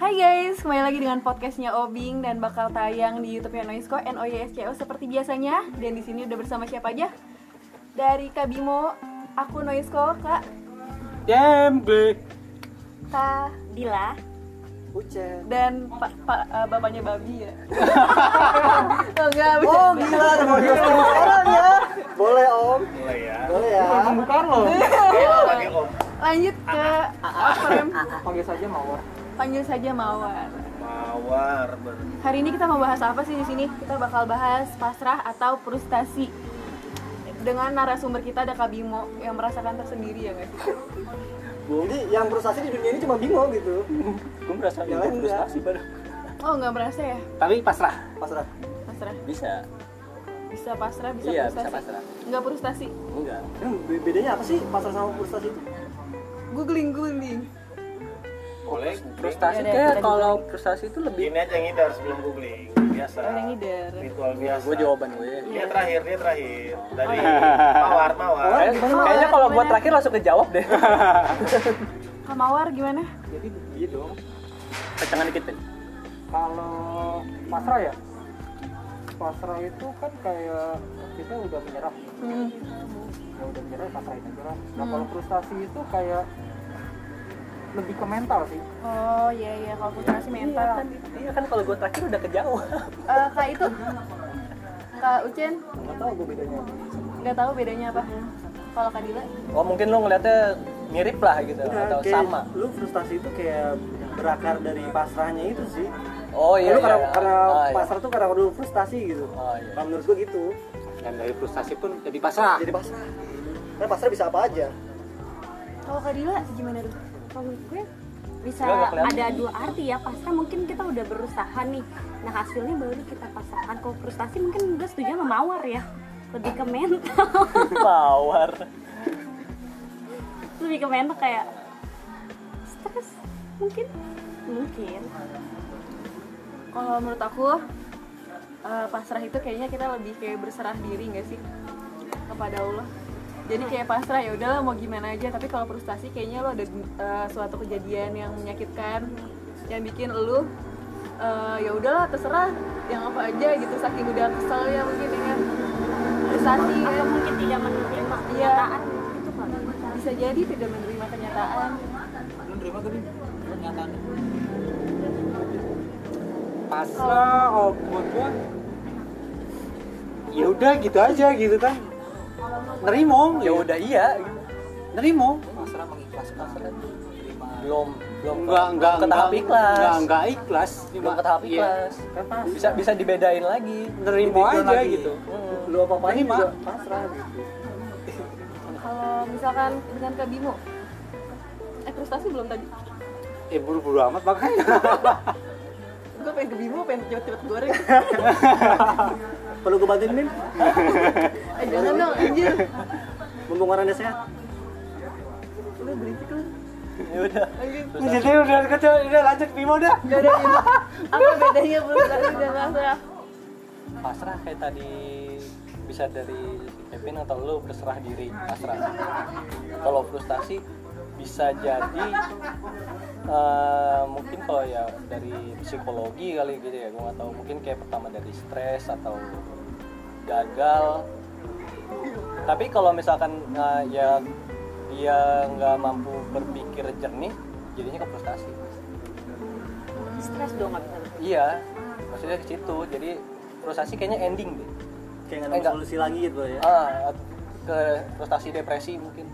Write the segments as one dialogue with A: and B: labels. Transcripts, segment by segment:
A: guys, kembali lagi dengan podcastnya Obing dan bakal tayang di YouTube-nya Noisko N O Y S C O seperti biasanya. Dan di sini udah bersama siapa aja? Dari Kak Bimo, aku Noisko, Kak
B: Jembe.
A: Ta
C: Dila
B: Ucen.
A: dan Pak Pak- eh, bapaknya Babi ya. oh, enggak,
D: Oh
A: bercanda.
D: gila, ada podcast terus sekarang ya Boleh om,
E: Mulai ya.
D: boleh ya
B: Pembukaan lo.
E: Pakai om.
A: Lanjut ke Frem.
B: Panggil saja Mawar.
A: Panggil saja Mawar.
E: Mawar ber.
A: Hari ini kita mau bahas apa sih di sini? Kita bakal bahas pasrah atau frustasi dengan narasumber kita ada Kak Bimo yang merasakan tersendiri ya guys.
D: Jadi yang frustasi di dunia ini cuma bingung gitu
B: Gue merasa
D: Yang lain Ya, enggak.
B: frustasi baru.
A: Oh nggak merasa ya?
B: Tapi pasrah.
D: Pasrah
A: Pasrah.
B: Bisa.
A: Bisa pasrah, bisa
B: Iya,
A: frustasi.
B: bisa pasrah.
A: Nggak frustasi.
B: Enggak.
D: Emang be- bedanya apa sih pasrah sama frustasi itu?
A: Googling, googling.
E: Boleh.
A: Iya
B: Frustasi
A: deh,
B: kayak
A: kita
B: kalau frustasi itu lebih.
E: Gini aja ngidar sebelum googling. Biasa.
A: Orang ngidar.
E: Ritual biasa.
B: Gue jawaban gue.
E: Dia terakhir, dia terakhir. Dari Mawar, Mawar.
B: Kayak-
A: gimana?
B: Kayaknya kalau gue
A: Gimana?
B: terakhir langsung kejawab deh.
A: Kak Mawar gimana?
F: jadi iya dong
B: Kecengan dikit deh.
F: kalau pasrah ya pasrah itu kan kayak kita udah menyerah
A: Hmm.
F: ya udah menyerah pasrahin aja lah nah
D: Hmm.
F: kalau frustasi itu kayak lebih ke mental sih
A: Oh iya iya kalau frustasi mental
B: Iya
A: kan.
B: kan, iya kan kalau gue terakhir udah kejawab.
A: Eh, Kak itu Kak Ucen
F: nggak tahu gue bedanya apa.
A: nggak tahu bedanya apa? Kalau Kak Dila?
B: Oh mungkin lo ngeliatnya mirip lah gitu atau
D: kayak
B: sama.
D: Lu frustasi itu kayak berakar dari pasrahnya itu sih
B: Oh iya.
D: Lu karena,
B: iya.
D: karena
B: Ah, iya.
D: pasrah tuh karena lu frustasi gitu
B: Oh, iya. Ah,
D: Kalau menurut gua gitu
B: Dan dari frustasi pun jadi pasrah.
D: Jadi pasrah Karena pasrah bisa apa aja
A: Kalau Kak Dila gimana tuh?
C: kalau gue bisa
B: Nggak, nggak kelihatan.
C: ada dua arti ya pasrah mungkin kita udah berusaha nih nah hasilnya baru kita pasrahkan kalau frustasi mungkin gue setuju sama mawar ya lebih ke mental
B: Mawar.
C: lebih ke mental kayak stres mungkin mungkin
A: Kalau menurut aku eh, pasrah itu kayaknya kita lebih kayak berserah diri nggak sih kepada Allah. Jadi kayak pasrah ya udahlah mau gimana aja. Tapi kalau frustasi kayaknya lo ada eh, suatu kejadian yang menyakitkan, yang bikin lo eh, ya udahlah terserah yang apa aja gitu saking udah kesel ya mungkin dengan frustasi ya.
C: atau mungkin tidak menerima
A: Iya.
C: kenyataan itu kalau gue salah.
A: bisa jadi tidak menerima kenyataan.
F: lu nerima gak nih pernyataan pasrah oh buat gue ya udah gitu aja gitu kan nerimo
B: Ya udah iya.
F: nerimo pasrah mengikhlaskan terima
B: Belum belum
F: enggak enggak
B: ke tahap ikhlas.
F: enggak enggak ikhlas
B: belum ke tahap
F: Iya.
B: ikhlas.
D: Kan
B: Bisa bisa dibedain lagi. Hmm.
F: nerimo
D: Dibikin
F: aja
D: lagi.
F: gitu
D: Lu apa-apa
F: Terima.
D: juga pasrah gitu
A: Kalau misalkan dengan Kak Bimo, eh frustasi belum tadi?
F: eh buru-buru amat makanya
A: Gue pengen ke Bimo, pengen cepet-cepet goreng.
D: Perlu gua bantuin Min?
A: Eh jangan dong, anjir.
D: Mumpung orangnya sehat
A: Lu berisik lu.
B: Ya udah.
A: Anjir.
F: jadi udah kerja udah lanjut Bimo dah
A: Gak ada ini. Apa bedanya frustasi dan pasrah?
B: pasrah kayak tadi bisa dari si Kevin atau lo berserah diri pasrah kalau frustasi bisa jadi eh, mungkin kalau ya dari psikologi kali gitu ya gue nggak tahu mungkin kayak pertama dari stres atau gagal tapi kalau misalkan eh, ya dia nggak mampu berpikir jernih jadinya ke frustasi
C: stres dong nggak bisa berpikir.
B: iya maksudnya ke situ jadi frustasi kayaknya ending deh
D: Kayak nggak ada
B: Eh, nggak.
D: solusi lagi gitu ya
B: ah ke frustasi depresi mungkin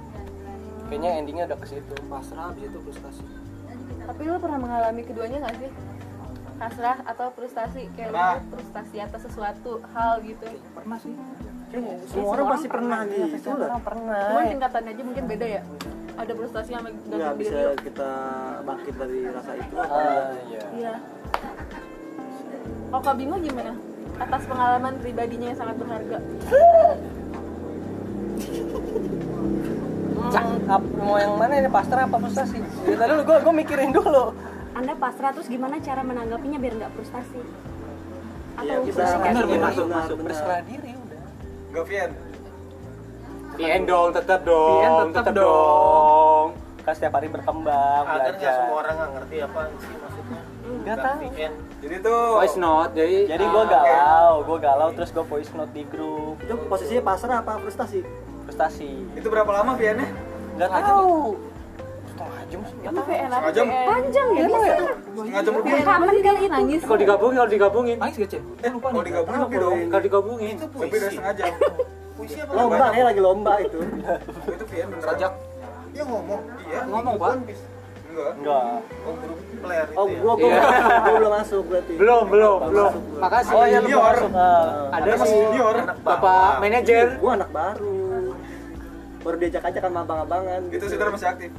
B: kayaknya endingnya udah ke situ
F: pasrah abis itu frustasi
A: Tapi lu pernah mengalami keduanya gak sih? Pasrah atau frustasi? Kayak lu frustasi atas sesuatu hal gitu.
F: pernah sih
D: Kayak Iya, semua orang pasti pernah gitu lah
B: pernah
A: Cuman tingkatannya aja mungkin beda ya? Ada frustasi sama
D: nggak
A: gantung
D: bisa
A: diri.
D: kita bangkit dari rasa itu
B: ah iya
A: Iya. Kalau Kak Bimo gimana? Atas pengalaman pribadinya yang sangat berharga.
B: Cak, ap- mau yang mana ini pasrah apa frustasi ya tadi gue gue mikirin dulu
C: anda pasrah terus gimana cara menanggapinya biar nggak frustasi atau
D: Iya, bisa.
C: frustasi?
D: Bener, bener,
B: masuk
D: bener,
B: masuk
D: bener.
B: berserah diri udah
E: Govian.
F: Pien dong, tetap dong,
B: tetep
F: Iya, tetap dong.
B: kan setiap hari berkembang
E: Akhirnya
B: belajar
E: semua orang nggak ngerti apa sih maksudnya.
C: Hmm.
B: Gak tahu.
E: Gantiin. Jadi
F: Oh,
E: tuh
G: voice note jadi
B: Jadi
F: ah.
B: gue galau, gue galau terus gue voice note di grup
D: Itu posisinya pasrah apa frustasi?
B: prestasi.
E: itu berapa lama ya? Viannya?
B: Gak aja
D: gitu.
B: nih. Setengah jam,
A: Itu
B: nggak tahu.
A: VN apa?
E: Setengah jam.
A: VN?
C: panjang ya bisa
E: Setengah jam lebih.
C: rekaman kali itu
A: iya, Nangis.
G: kalau digabungin kalau digabungin nangis gak cek
E: Eh lupa nih. Kalau digabungin lebih dong.
G: kalau digabungin
E: Itu puisi. Lebih dari setengah jam. Puisi apa?
D: Lomba
E: Banyak.
D: ya lagi lomba itu.
E: Itu Vian beneran.
G: Sajak.
E: Dia ngomong. Iya.
G: Ngomong, Pak.
E: Enggak.
B: Enggak.
E: Oh grup player itu
D: Oh,
E: ya.
D: gua gua,
G: Iya.
D: gua belum masuk berarti.
G: belum belum belum makasih
B: Oh iya lu
E: Senior.
B: masuk. ah.
G: ada
E: Anak
G: si
E: senior. Anak
G: bapak
E: bawah.
G: manajer
D: Gua anak baru. Baru diajak aja kan sama abang-abangan.
E: Itu saudara masih aktif.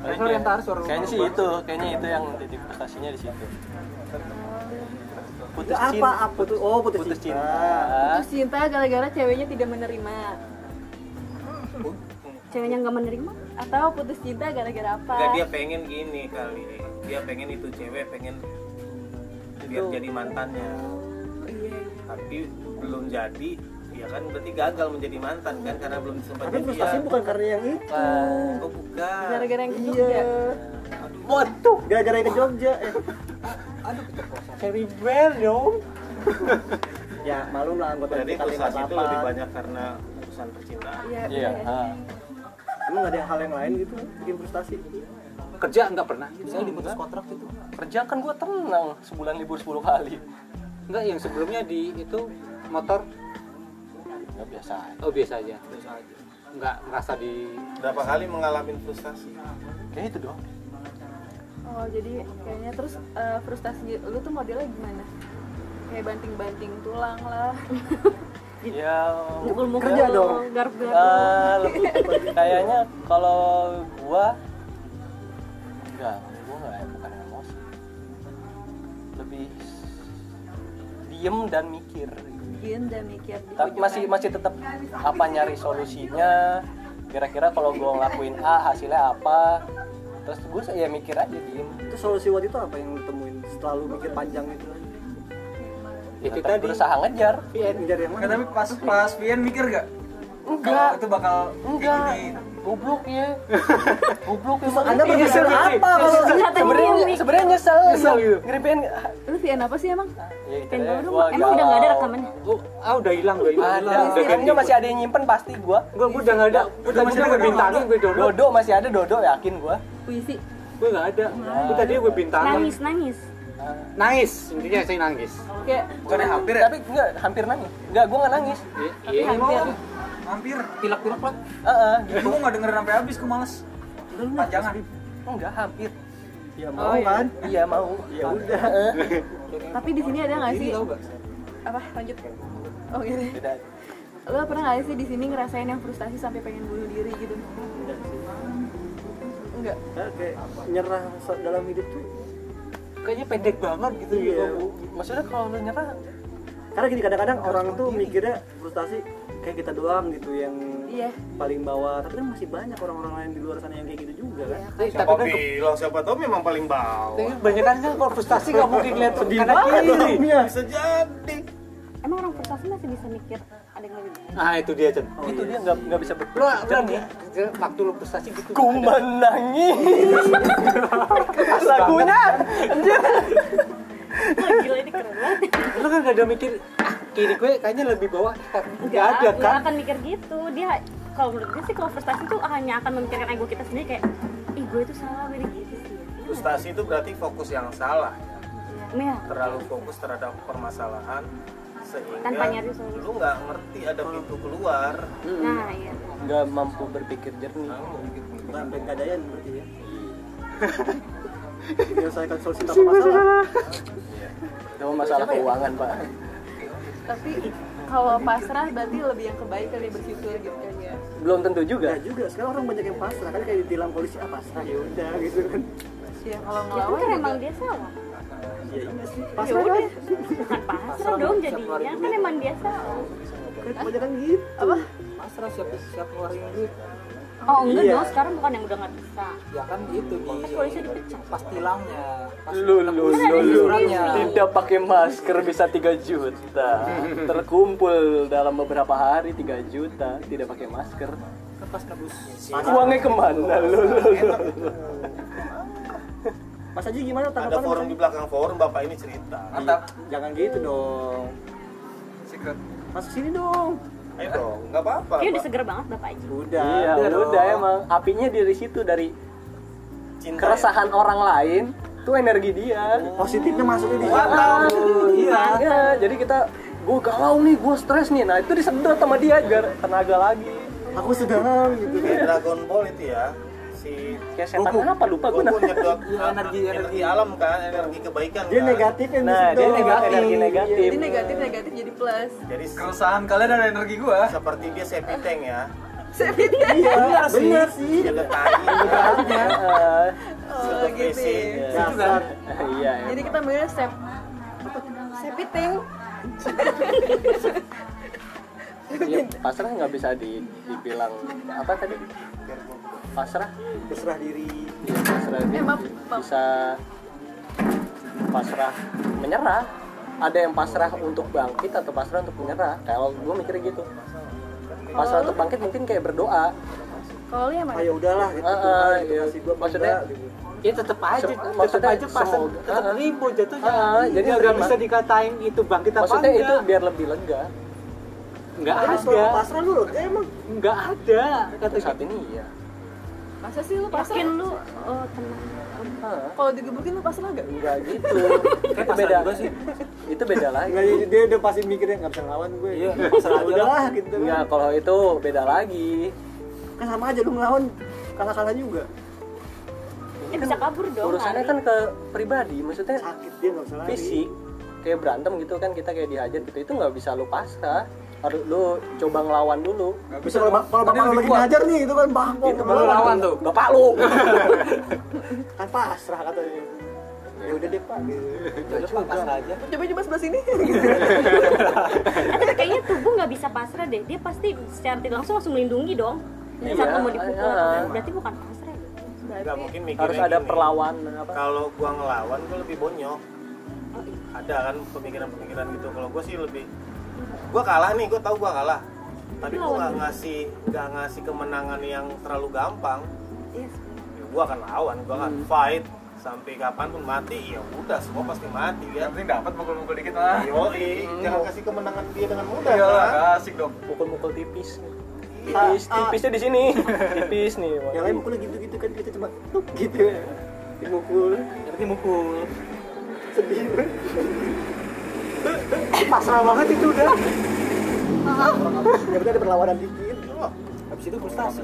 G: Terus orientar, suruh-
B: Kayaknya sih itu, kayaknya itu yang titik prestasinya di situ.
D: Itu
B: Putus
D: apa
B: cinta.
D: apa tuh? Oh, putus,
B: Putus
D: cinta.
B: cinta.
A: Putus cinta gara-gara ceweknya tidak menerima
C: ceweknya nggak menerima
A: atau putus cinta gara-gara apa?
E: Enggak dia pengen gini kali. Dia pengen itu cewek pengen biar jadi mantannya.
A: Iya,
E: Tapi belum jadi ya kan berarti gagal menjadi mantan kan karena belum sempat
D: Tapi frustasi bukan karena yang itu.
E: Oh bukan.
B: Ah.
A: Gara-gara yang kedua
D: Iya.
G: waduh
D: Gara-gara yang ke Jogja. Eh,
G: Harry Bell dong
D: ya malu lah anggota
E: Jadi
D: kita
E: frustasi itu
D: apa.
E: lebih banyak karena urusan percintaan.
A: Iya.
B: Iya. ah.
D: Emang nggak ada hal yang lain gitu bikin frustasi?
G: kerja nggak pernah gitu.
B: Saya diputus kontrak itu. Kerja kan gue tenang sebulan libur 10 kali.
G: nggak yang sebelumnya di itu motor
B: Enggak biasa.
G: oh biasa aja nggak merasa di
E: Berapa kali mengalami frustasi?
B: Kayaknya itu doang.
A: Oh jadi kayaknya terus eh, frustasi lu tuh modelnya gimana? Kayak banting-banting tulang lah.
B: Ya.
D: Kerja dong.
C: garuk
B: ah, lebih kayaknya kalau gua enggak, gua enggak bukan emosi. Lebih diem dan mikir.
A: Gin dan mikir. di
B: tapi
A: ujung
B: masih
A: kan.
B: masih tetap apa nyari solusinya kira-kira kalau gue ngelakuin A hasilnya apa terus gue ya mikir aja diem
D: Itu solusi waktu itu apa yang lu temuin? Setelah lu mikir panjang gitu.
G: itu
B: Tetap
G: tadi
B: berusaha ngejar
D: Iya, ngejar yang
H: Nggak,
D: mana?
H: tapi pas pas Vian mikir gak?
B: enggak
H: Itu bakal
B: enggak goblok ya goblok ya
D: Anda berpikir apa kalau
B: sebenarnya sebenarnya nyesel
G: Nyesel gitu.
B: ngeribein
A: Lu VN apa sih emang?
B: ya, itu
C: pengen
B: deh,
C: tahu
D: Eh,
C: dong
B: gua
C: emang udah nggak ada
B: galau.
C: rekamannya
G: oh ah udah hilang udah hilang
B: ada
G: udah ganti
B: sekarangnya masih ada yang nyimpen pasti gue
G: gue gue udah nggak ada gue tadi gue bintangin gue download
B: Dodo masih ada Dodo yakin gue
A: Puisi.
G: gue nggak ada gue tadi gue bintangin
C: nangis nangis
G: nangis intinya saya nangis
A: Kayak
H: bukannya hampir ya?
B: tapi enggak hampir nangis enggak gue nggak nangis
G: I-
A: tapi
G: iya
A: hampir.
H: Hampir.
G: pilak-pilak lah
B: Heeh,
H: Gue mau nggak dengerin sampai habis, gue males. Panjangan.
B: enggak hampir
D: Ya mau kan?
B: Iya mau.
D: Ya udah.
A: Tapi di sini ada nggak sih? Apa? Lanjut. Oh gitu.
B: Beda.
A: Lu pernah nggak sih di sini ngerasain yang frustasi sampai pengen bunuh diri gitu?
D: Enggak sih.
A: Enggak.
D: Ya, Kayak nyerah so- dalam hidup tuh.
G: kayaknya pendek banget gitu
D: Iya.
G: ya
B: Maksudnya kalau lu nyerah,
D: Karena gini kadang-kadang orang tuh mikirnya frustasi kayak kita doang gitu yang
A: Iya.
D: paling bawah. Tapi kan masih banyak orang-orang lain di luar sana yang kayak gitu juga kan.
G: tapi
E: Siapa
G: kan ke-
E: bilang siapa tahu memang paling bawah.
G: tapi kebanyakan kan kalau frustasi nggak mungkin lihat kanan kiri
D: Iya.
E: Bisa jadi.
C: emang orang frustasi masih bisa mikir ada yang lebih baik
G: nah itu dia Chen
B: itu dia nggak nggak bisa berpikir
G: lo lo nih waktu lo frustasi gitu
B: Ku menangis Lagunya Anjir
C: Wah, gila ini keren banget
G: lo kan gak ada mikir ah, kiri gue kayaknya lebih bawah kan nggak ada
C: nggak
G: kan
C: akan mikir gitu dia kalau menurut gue sih kalau frustasi tuh hanya akan memikirkan ego kita sendiri kayak ih gue itu salah gue gitu sih
E: Frustasi itu berarti fokus yang salah.
C: Iya,
E: Terlalu fokus terhadap permasalahan sehingga
C: Tanpa nyari solusi.
E: lu nggak ngerti ada pintu keluar.
C: nah iya
B: Nggak mampu berpikir jernih
D: Sampai keadaan berarti ya. Menyelesaikan solusi tanpa masalah.
B: Itu masalah keuangan pak
A: Tapi kalau pasrah berarti lebih yang kebaik kali ya, bersyukur gitu kan ya.
B: Belum tentu juga
D: Nah juga sekarang orang banyak yang pasrah kan kayak ditilang polisi ah pasrah ya udah gitu kan.
A: Iya kalau
C: ya
A: ngelawan
C: kan emang dia salah
D: Ya iya sih.
C: ya
D: Pasrah
C: udah
D: kan.
C: bukan pasrah dong jadinya kan emang dia salah
D: Kan kebanyakan gitu. Apa?
G: pasrah siap siap ngeluarin duit
C: oh enggak
D: Iya.
C: dong sekarang bukan yang udah nggak bisa
G: ya kan gitu di
C: kan polisi dipecat
G: pas tilangnya pas
B: Lu lu lu lu
C: suratnya.
B: Tidak pakai masker bisa 3 juta Terkumpul dalam beberapa hari 3 juta Tidak pakai masker
G: lepas nebus
B: Uangnya kemana lu? lu, lu?
D: Mas Haji gimana
E: ada
D: tanggapan?
E: forum di belakang forum bapak ini cerita
H: Mantap.
D: Jangan gitu dong.
H: Secret.
D: Masuk sini dong.
E: ayo Iya dong nggak apa-apa
C: Ini udah
E: Pak.
C: seger banget Bapak Haji.
D: Udah.
B: Iya,
D: dong.
B: udah emang apinya dari situ dari
E: cinta ya.
B: keresahan orang lain tuh energi dia.
D: Oh. Positifnya masuknya di
B: Iya. jadi kita gue galau nih, gue stres nih. Nah, itu disedot sama dia biar tenaga lagi.
D: Aku sedang gitu.
E: Kayak Dragon Ball itu ya si
B: Kayak setan apa lupa Nah, gue
E: Goku nyedot
G: Iya, energi- energi.
E: alam kan energi kebaikan
D: Dia
E: kan
D: negatif yang
B: Nah, dia
D: disedot.
B: negatif, energi negatif.
A: Jadi negatif negatif jadi plus.
E: jadi se-
H: Keresahan kalian ada energi gua.
E: seperti dia sepiteng ya
A: Saya pikir
D: Iya, bener sih.
E: jaga tai
B: Heeh.
A: oh, gitu. ya.
D: Dasar.
B: Iya.
A: Jadi kita manggilnya sep sepiting.
B: Ya, pasrah nggak bisa di- dibilang apa tadi? Pasrah,
D: Berserah diri.
B: ya, pasrah ini
A: Eh, maaf, maaf.
B: bisa pasrah menyerah. Ada yang pasrah untuk bangkit atau pasrah untuk menyerah. Kalau gue mikirnya gitu.
A: Oh.
B: Pasrah untuk bangkit mungkin kayak berdoa.
A: Kalau lu yang mana?
D: Ayo udahlah gitu.
B: Ah, ah,
D: Tuhan, gitu,
B: iya.
D: kasih gua apa
B: Maksudnya,
D: enggak, gitu.
G: ya tetap aja
B: Sem-
G: tetap
B: maksudnya
G: aja pasang
B: semoga-
G: tetap
B: Ah, ah.
G: limbo jatuhnya
B: Ah, ah, jadi
G: jadi nggak
B: terima.
G: bisa dikatain itu bangkit apa
B: Maksudnya itu
G: enggak
B: biar lebih lega.
G: nggak
D: Jadi
G: ada
D: soal pasrah lu lega emang.
G: nggak ada kata
B: Tapi saat ini iya.
A: Masa sih lu pasrah?
C: Yakin lu oh, tenang.
B: Ah,
A: Kalau digebukin lu pasrah nggak?
B: enggak gitu. itu
G: pasrah
B: beda.
G: juga sih.
B: Itu beda lagi.
D: Enggak, jadi dia udah pasti mikirnya nggak bisa ngelawan gue.
G: Iya, pasrah aja
D: udahlah gitu.
B: Enggak, kalau itu beda lagi.
D: Kan sama aja lu ngelawan kalah-kalah juga.
C: Eh bisa kabur dong.
B: Kan Urusannya
C: lari.
B: kan ke pribadi, maksudnya
D: Sakit dia nggak bisa lari.
B: fisik kayak berantem gitu kan kita kayak dihajar gitu itu nggak bisa lu pasrah harus lu coba ngelawan dulu
H: Nggak
D: Bisa kalau bak- kalau
H: Tadi
D: bapak lu
H: lebih
D: lagi
H: kuat.
D: ngajar nih itu kan bangkok.
B: itu baru lawan tuh bapak lu
D: Kan pasrah katanya. Ya udah deh Pak. gitu.
G: pasrah aja
A: Coba-coba sebelah sini.
C: Tapi kayaknya tubuh nggak bisa pasrah deh. Dia pasti secara tidak langsung langsung melindungi dong.
B: Iya,
C: Saat mau dipukul.
B: iya.
C: Berarti bukan pasrah. ya?
E: nggak mungkin mikirnya
B: harus ada
E: gini.
B: perlawanan apa
E: kalau gua ngelawan gua lebih bonyok
C: Oh, iya.
E: ada kan pemikiran-pemikiran gitu kalau gue sih lebih gue kalah nih gue tahu gue kalah tapi gue nggak ngasih nggak ngasih kemenangan yang terlalu gampang
C: Iya, sebenarnya.
E: gue akan lawan gue akan fight sampai kapanpun mati ya udah semua pasti mati
H: Yang
E: kan
H: penting dapat mukul-mukul dikit lah.
E: Yoi, jangan kasih kemenangan dia dengan mudah kan?
H: Iyalah, asik dong.
B: pukul-pukul tipis tipis tipisnya di sini tipis nih
D: Yang lain mukulnya gitu-gitu kan kita cuma tuk gitu ya. Dimukul.
G: berarti mukul
D: Sedih. gue. pasrah banget itu
G: Ah.
D: udah. Ya udah ada perlawanan dikit.
G: habis itu frustasi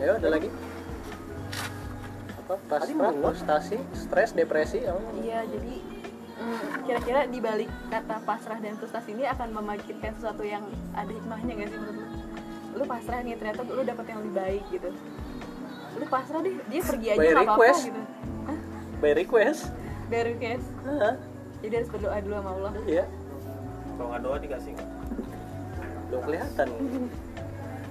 B: ayo ada lagi apa pasrah frustasi stres depresi oh, apa?
A: Iya, jadi mm, kira-kira di balik kata pasrah dan frustasi ini akan membangkitkan sesuatu yang ada hikmahnya nggak sih menurut lu? Lu pasrah nih ternyata lu dapet yang lebih baik gitu. Lu pasrah deh, dia pergi aja
B: By
A: nggak apa-apa
B: request.
A: gitu.
B: by request
A: By request.
B: Hah?
A: Jadi harus berdoa dulu sama Allah.
B: iya
E: Kalau nggak doa dikasih nggak?
B: udah kelihatan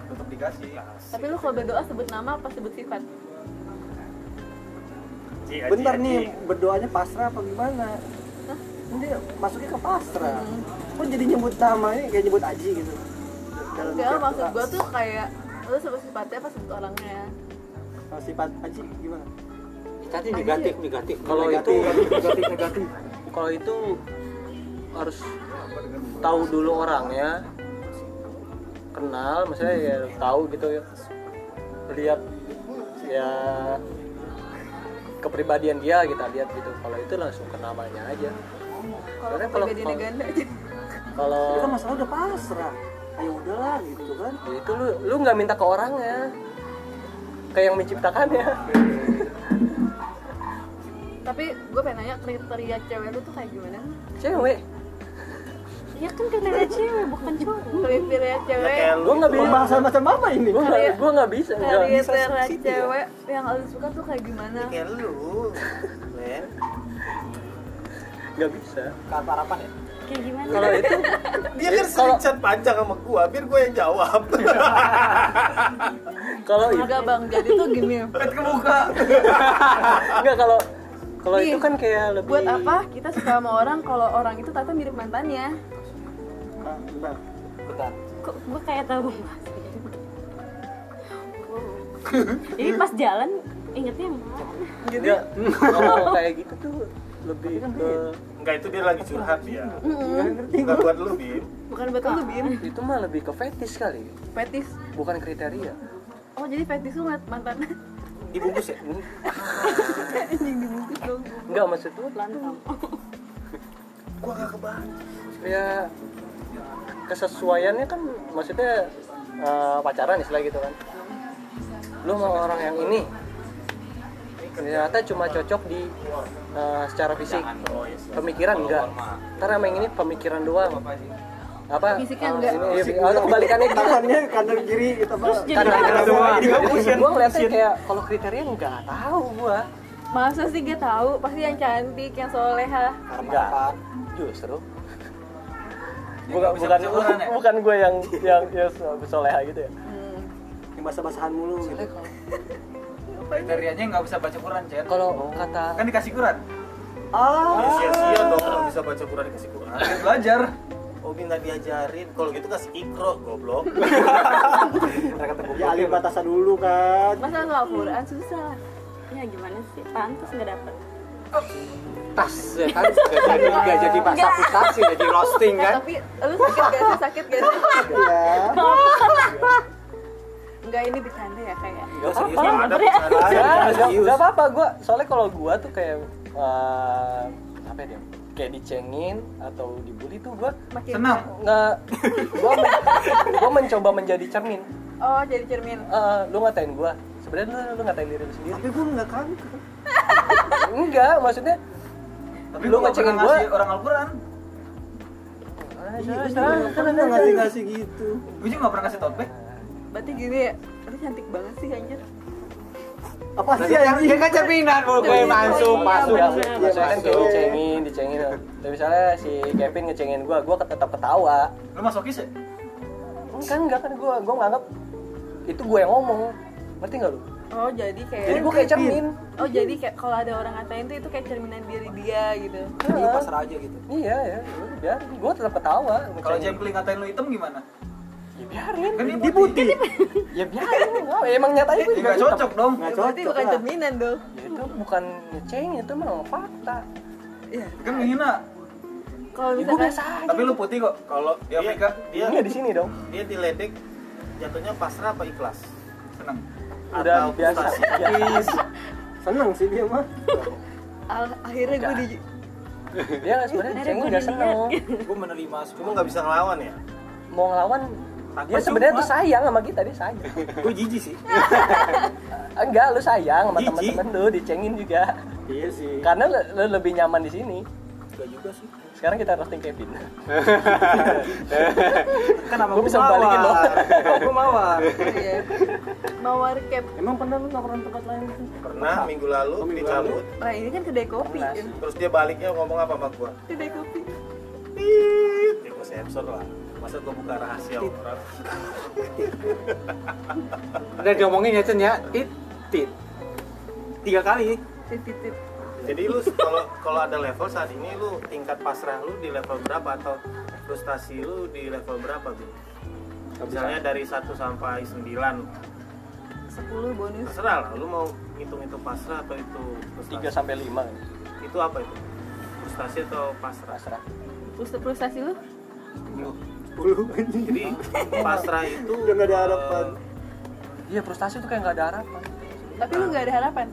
H: Tetap dikasih.
A: Tapi lu kalau berdoa sebut nama apa sebut sifat?
E: Ji, aji,
D: Bentar
E: aji.
D: nih, berdoanya pasrah apa gimana? Ini dia masuknya ke pasrah.
G: Hmm.
D: Kok jadi nyebut namanya kayak nyebut Aji gitu? Dalam
A: Enggak,
D: tiap
A: maksud
D: doa.
A: gua tuh kayak lu sebut sifatnya apa sebut orangnya?
D: Kalau sifat Aji gimana?
G: tadi negatif negatif
B: kalau itu
D: negatif negatif.
B: kalau itu harus tahu dulu orangnya kenal maksudnya ya tahu gitu ya lihat ya kepribadian dia kita lihat gitu kalau itu langsung ke namanya aja
A: Kalau
B: Soalnya kalau-
A: kepribadian
B: kalau-
A: ganda aja.
B: kalau
D: Itu kan masalah udah pasrah. Ya udahlah gitu kan.
B: ya itu lu lu nggak minta ke orangnya ke yang ya. menciptakannya
A: Tapi gua pengen nanya kriteria cewek lu tuh kayak gimana?
B: cewek
C: Ya kan kriteria cewek bukan cowok.
A: Kriteria
E: Ya
A: cewek
E: kayak lu
B: gua nggak bisa
D: Bahasa macam apa ini?
B: gua nggak gua nggak bisa nggak bisa gitu.
A: kriteria cewek yang lu suka tuh kayak gimana?
E: kayak lu, Len.
B: nggak bisa
G: kata harapan ya
C: Kayak gimana?
B: kalau itu
E: Dia kan sering chat panjang sama gua, biar gua yang jawab.
B: kalau itu
A: Enggak bang, jadi tuh gini
H: Pet ke muka.
B: Enggak kalau kalau
A: Nih,
B: itu kan kayak lebih
A: Buat apa kita suka sama orang kalau orang itu ternyata mirip mantannya
G: bentar
C: Kok gue kayak tahu bahasanya. jadi pas jalan ingetnya yang mana?
A: Gitu?
B: Jadi ngomong
A: Oh.
B: kayak gitu tuh lebih
A: kan
B: ke
E: Enggak itu dia lagi curhat ya.
C: Mm-mm.
E: Enggak buat lu, Bim.
A: bukan buat lu bim
B: itu mah lebih ke fetish kali,
A: fetis
B: bukan kriteria.
A: oh jadi fetis lu ngeliat mantan
B: Dibungkus ya?
A: anjing dibungkus dong
B: Enggak maksud tuh
C: Lantam.
B: ya kesesuaiannya kan maksudnya eh, pacaran istilah gitu kan lu mau orang yang ini ternyata cuma cocok di eh, secara fisik ya, pemikiran enggak ntar sama yang ini pemikiran doang apa
A: Fisiknya
B: eh,
A: enggak.
B: ini, iya, fisik. Oh, kebalikannya gitu
D: tangannya kanan kiri kita
C: terus jadi
B: Karena
C: kan
B: kita
H: doang.
B: gue Iya. ngeliatnya kayak kalau kriteria nggak tahu gue
A: masa sih gak tahu pasti yang cantik yang soleha
B: enggak justru
H: nggak bisa
B: bukan bukan
H: bersyukuran ya?
B: bukan gue yang yang yang soleha gitu ya
A: hmm.
D: yang basah-basahan mulu gitu.
H: kriterianya nggak bisa baca Quran Cer
B: kalau kata
H: kan dikasih Quran
E: Ya
D: Ah,
E: sia-sia dong kalau bisa baca Quran dikasih Quran.
H: Dia belajar
E: Oh, minta diajarin. Kalau gitu kasih ikro, goblok.
D: ya alih batasan dulu kan.
A: masa lu Al-Quran susah
C: ya gimana sih pantas nggak dapet
G: tas ya kan gak jadi gak jadi bahasa frustasi jadi roasting
A: Eh,
G: kan
A: tapi lu sakit gak sih sakit gak sih
D: Ya.
A: enggak ini bercanda ya kayak
E: Ya serius
C: Orang
E: ada
C: bener ya?
B: Iya,
E: bicara.
B: Gak apa-apa gue soalnya kalau gue tuh kayak eh, apa ya dia? kayak dicengin atau dibully tuh gue
A: makin
H: senang
B: nggak gue mencoba menjadi cermin
A: oh jadi cermin
B: Eh, lu ngatain gue sebenarnya lu, lu ngatain diri lu sendiri
D: Tapi gue nggak kanker.
B: enggak maksudnya
H: tapi
B: Lu
H: lu ngecengin
B: ngecengin
H: gua
B: gua.
H: ngasih orang Al-Quran
D: Iya, gue nggak ngasih ngasih gitu.
H: gue juga nggak pernah ngasih topik
A: berarti gini ya lu cantik banget sih anjir
D: Apa sih anjing?
G: dia kan cerminan bu gue masuk masuk
B: ya,
D: bener.
B: maksudnya kan kayak
D: Masuk.
B: dicengin dicengin Tapi misalnya si Kevin ngecengin gue gue tetap ketawa
H: lu masokis ya
B: kan enggak kan gue gue nganggap itu gue yang ngomong ngerti nggak lu
A: oh jadi kayak
B: jadi gue kayak cermin
A: oh jadi kayak kalau ada orang ngatain tuh itu kayak cerminan diri dia gitu
D: Jadi pasrah aja gitu.
B: Iya ya, udah biarin. Gue tetap ketawa.
H: kalau
B: Ngecengin.
H: jempling ngatain lu hitam gimana
B: ya biarin.
H: kan dia
D: Di putih. Iya,
B: Ya biarin. Nggak, emang nyatanya gue juga
H: nggak cocok dong
D: Nggak
A: berarti
D: cocok.
A: bukan
D: lah.
A: cerminan dong
B: Ya, itu bukan ngeceng, itu memang fakta.
H: kan menghina
A: kalau
B: Ya, gue
A: misalkan
B: biasa aja.
H: tapi lu putih kok kalau di
E: Dia
H: Afrika
E: dia
B: Nggak di sini dong.
E: dia diledek jatuhnya pasrah apa ikhlas?
H: seneng
B: Udah
E: Atau
B: biasa.
E: frustasi?
B: Biasa.
D: Seneng sih dia mah.
A: al- akhirnya gue di
B: Dia Iya, sebenarnya ngecengin nggak seneng.
H: gue menerima
E: Cuma nggak bisa ngelawan ya.
B: Mau ngelawan
E: Takut
B: dia sebenarnya
E: cuma.
B: tuh sayang sama kita, dia sayang.
H: gue jijik sih
D: Iya
B: Enggak, lu sayang sama
E: Jijik.
B: teman-teman lu, dicengin juga.
D: Iya sih.
H: Kan,
B: Karena lu, lu lebih nyaman di sini.
E: Enggak juga sih.
B: Sekarang kita roasting Kevin.
H: kan sama
B: Gua
H: gua
B: bisa balikin loh.
H: gue mawar
A: iya. mawar cap
D: Emang pernah lu nongkrong tempat lain gitu?
E: Pernah minggu lalu
D: Oh, minggu lalu.
E: dicabut,
A: nah ini kan kedai kopi kan
E: terus dia baliknya ngomong apa sama gua?
A: kedai kopi
E: Tit, ya gua sensor lah. Masa gua buka rahasia orang?
G: udah diomongin ya Cen ya tit tit tiga kali
A: titit tit.
E: Jadi lu kalau kalau ada level saat ini lu tingkat pasrah lu di level berapa atau frustasi lu di level berapa gitu? Misalnya dari 1 sampai 9
A: sepuluh bonus
E: Terserah lah, lu mau ngitung-ngitung pasrah atau itu frustasi?
B: 3 sampai 5
E: Itu apa itu? Frustasi atau pasrah?
B: pasrah.
A: Frust- frustasi lu
D: Sepuluh anjing.
E: Jadi pasrah itu
D: Udah nggak ada
E: eh,
D: harapan.
B: Iya, frustasi tuh kayak nggak ada harapan.
A: tapi lu nggak ada harapan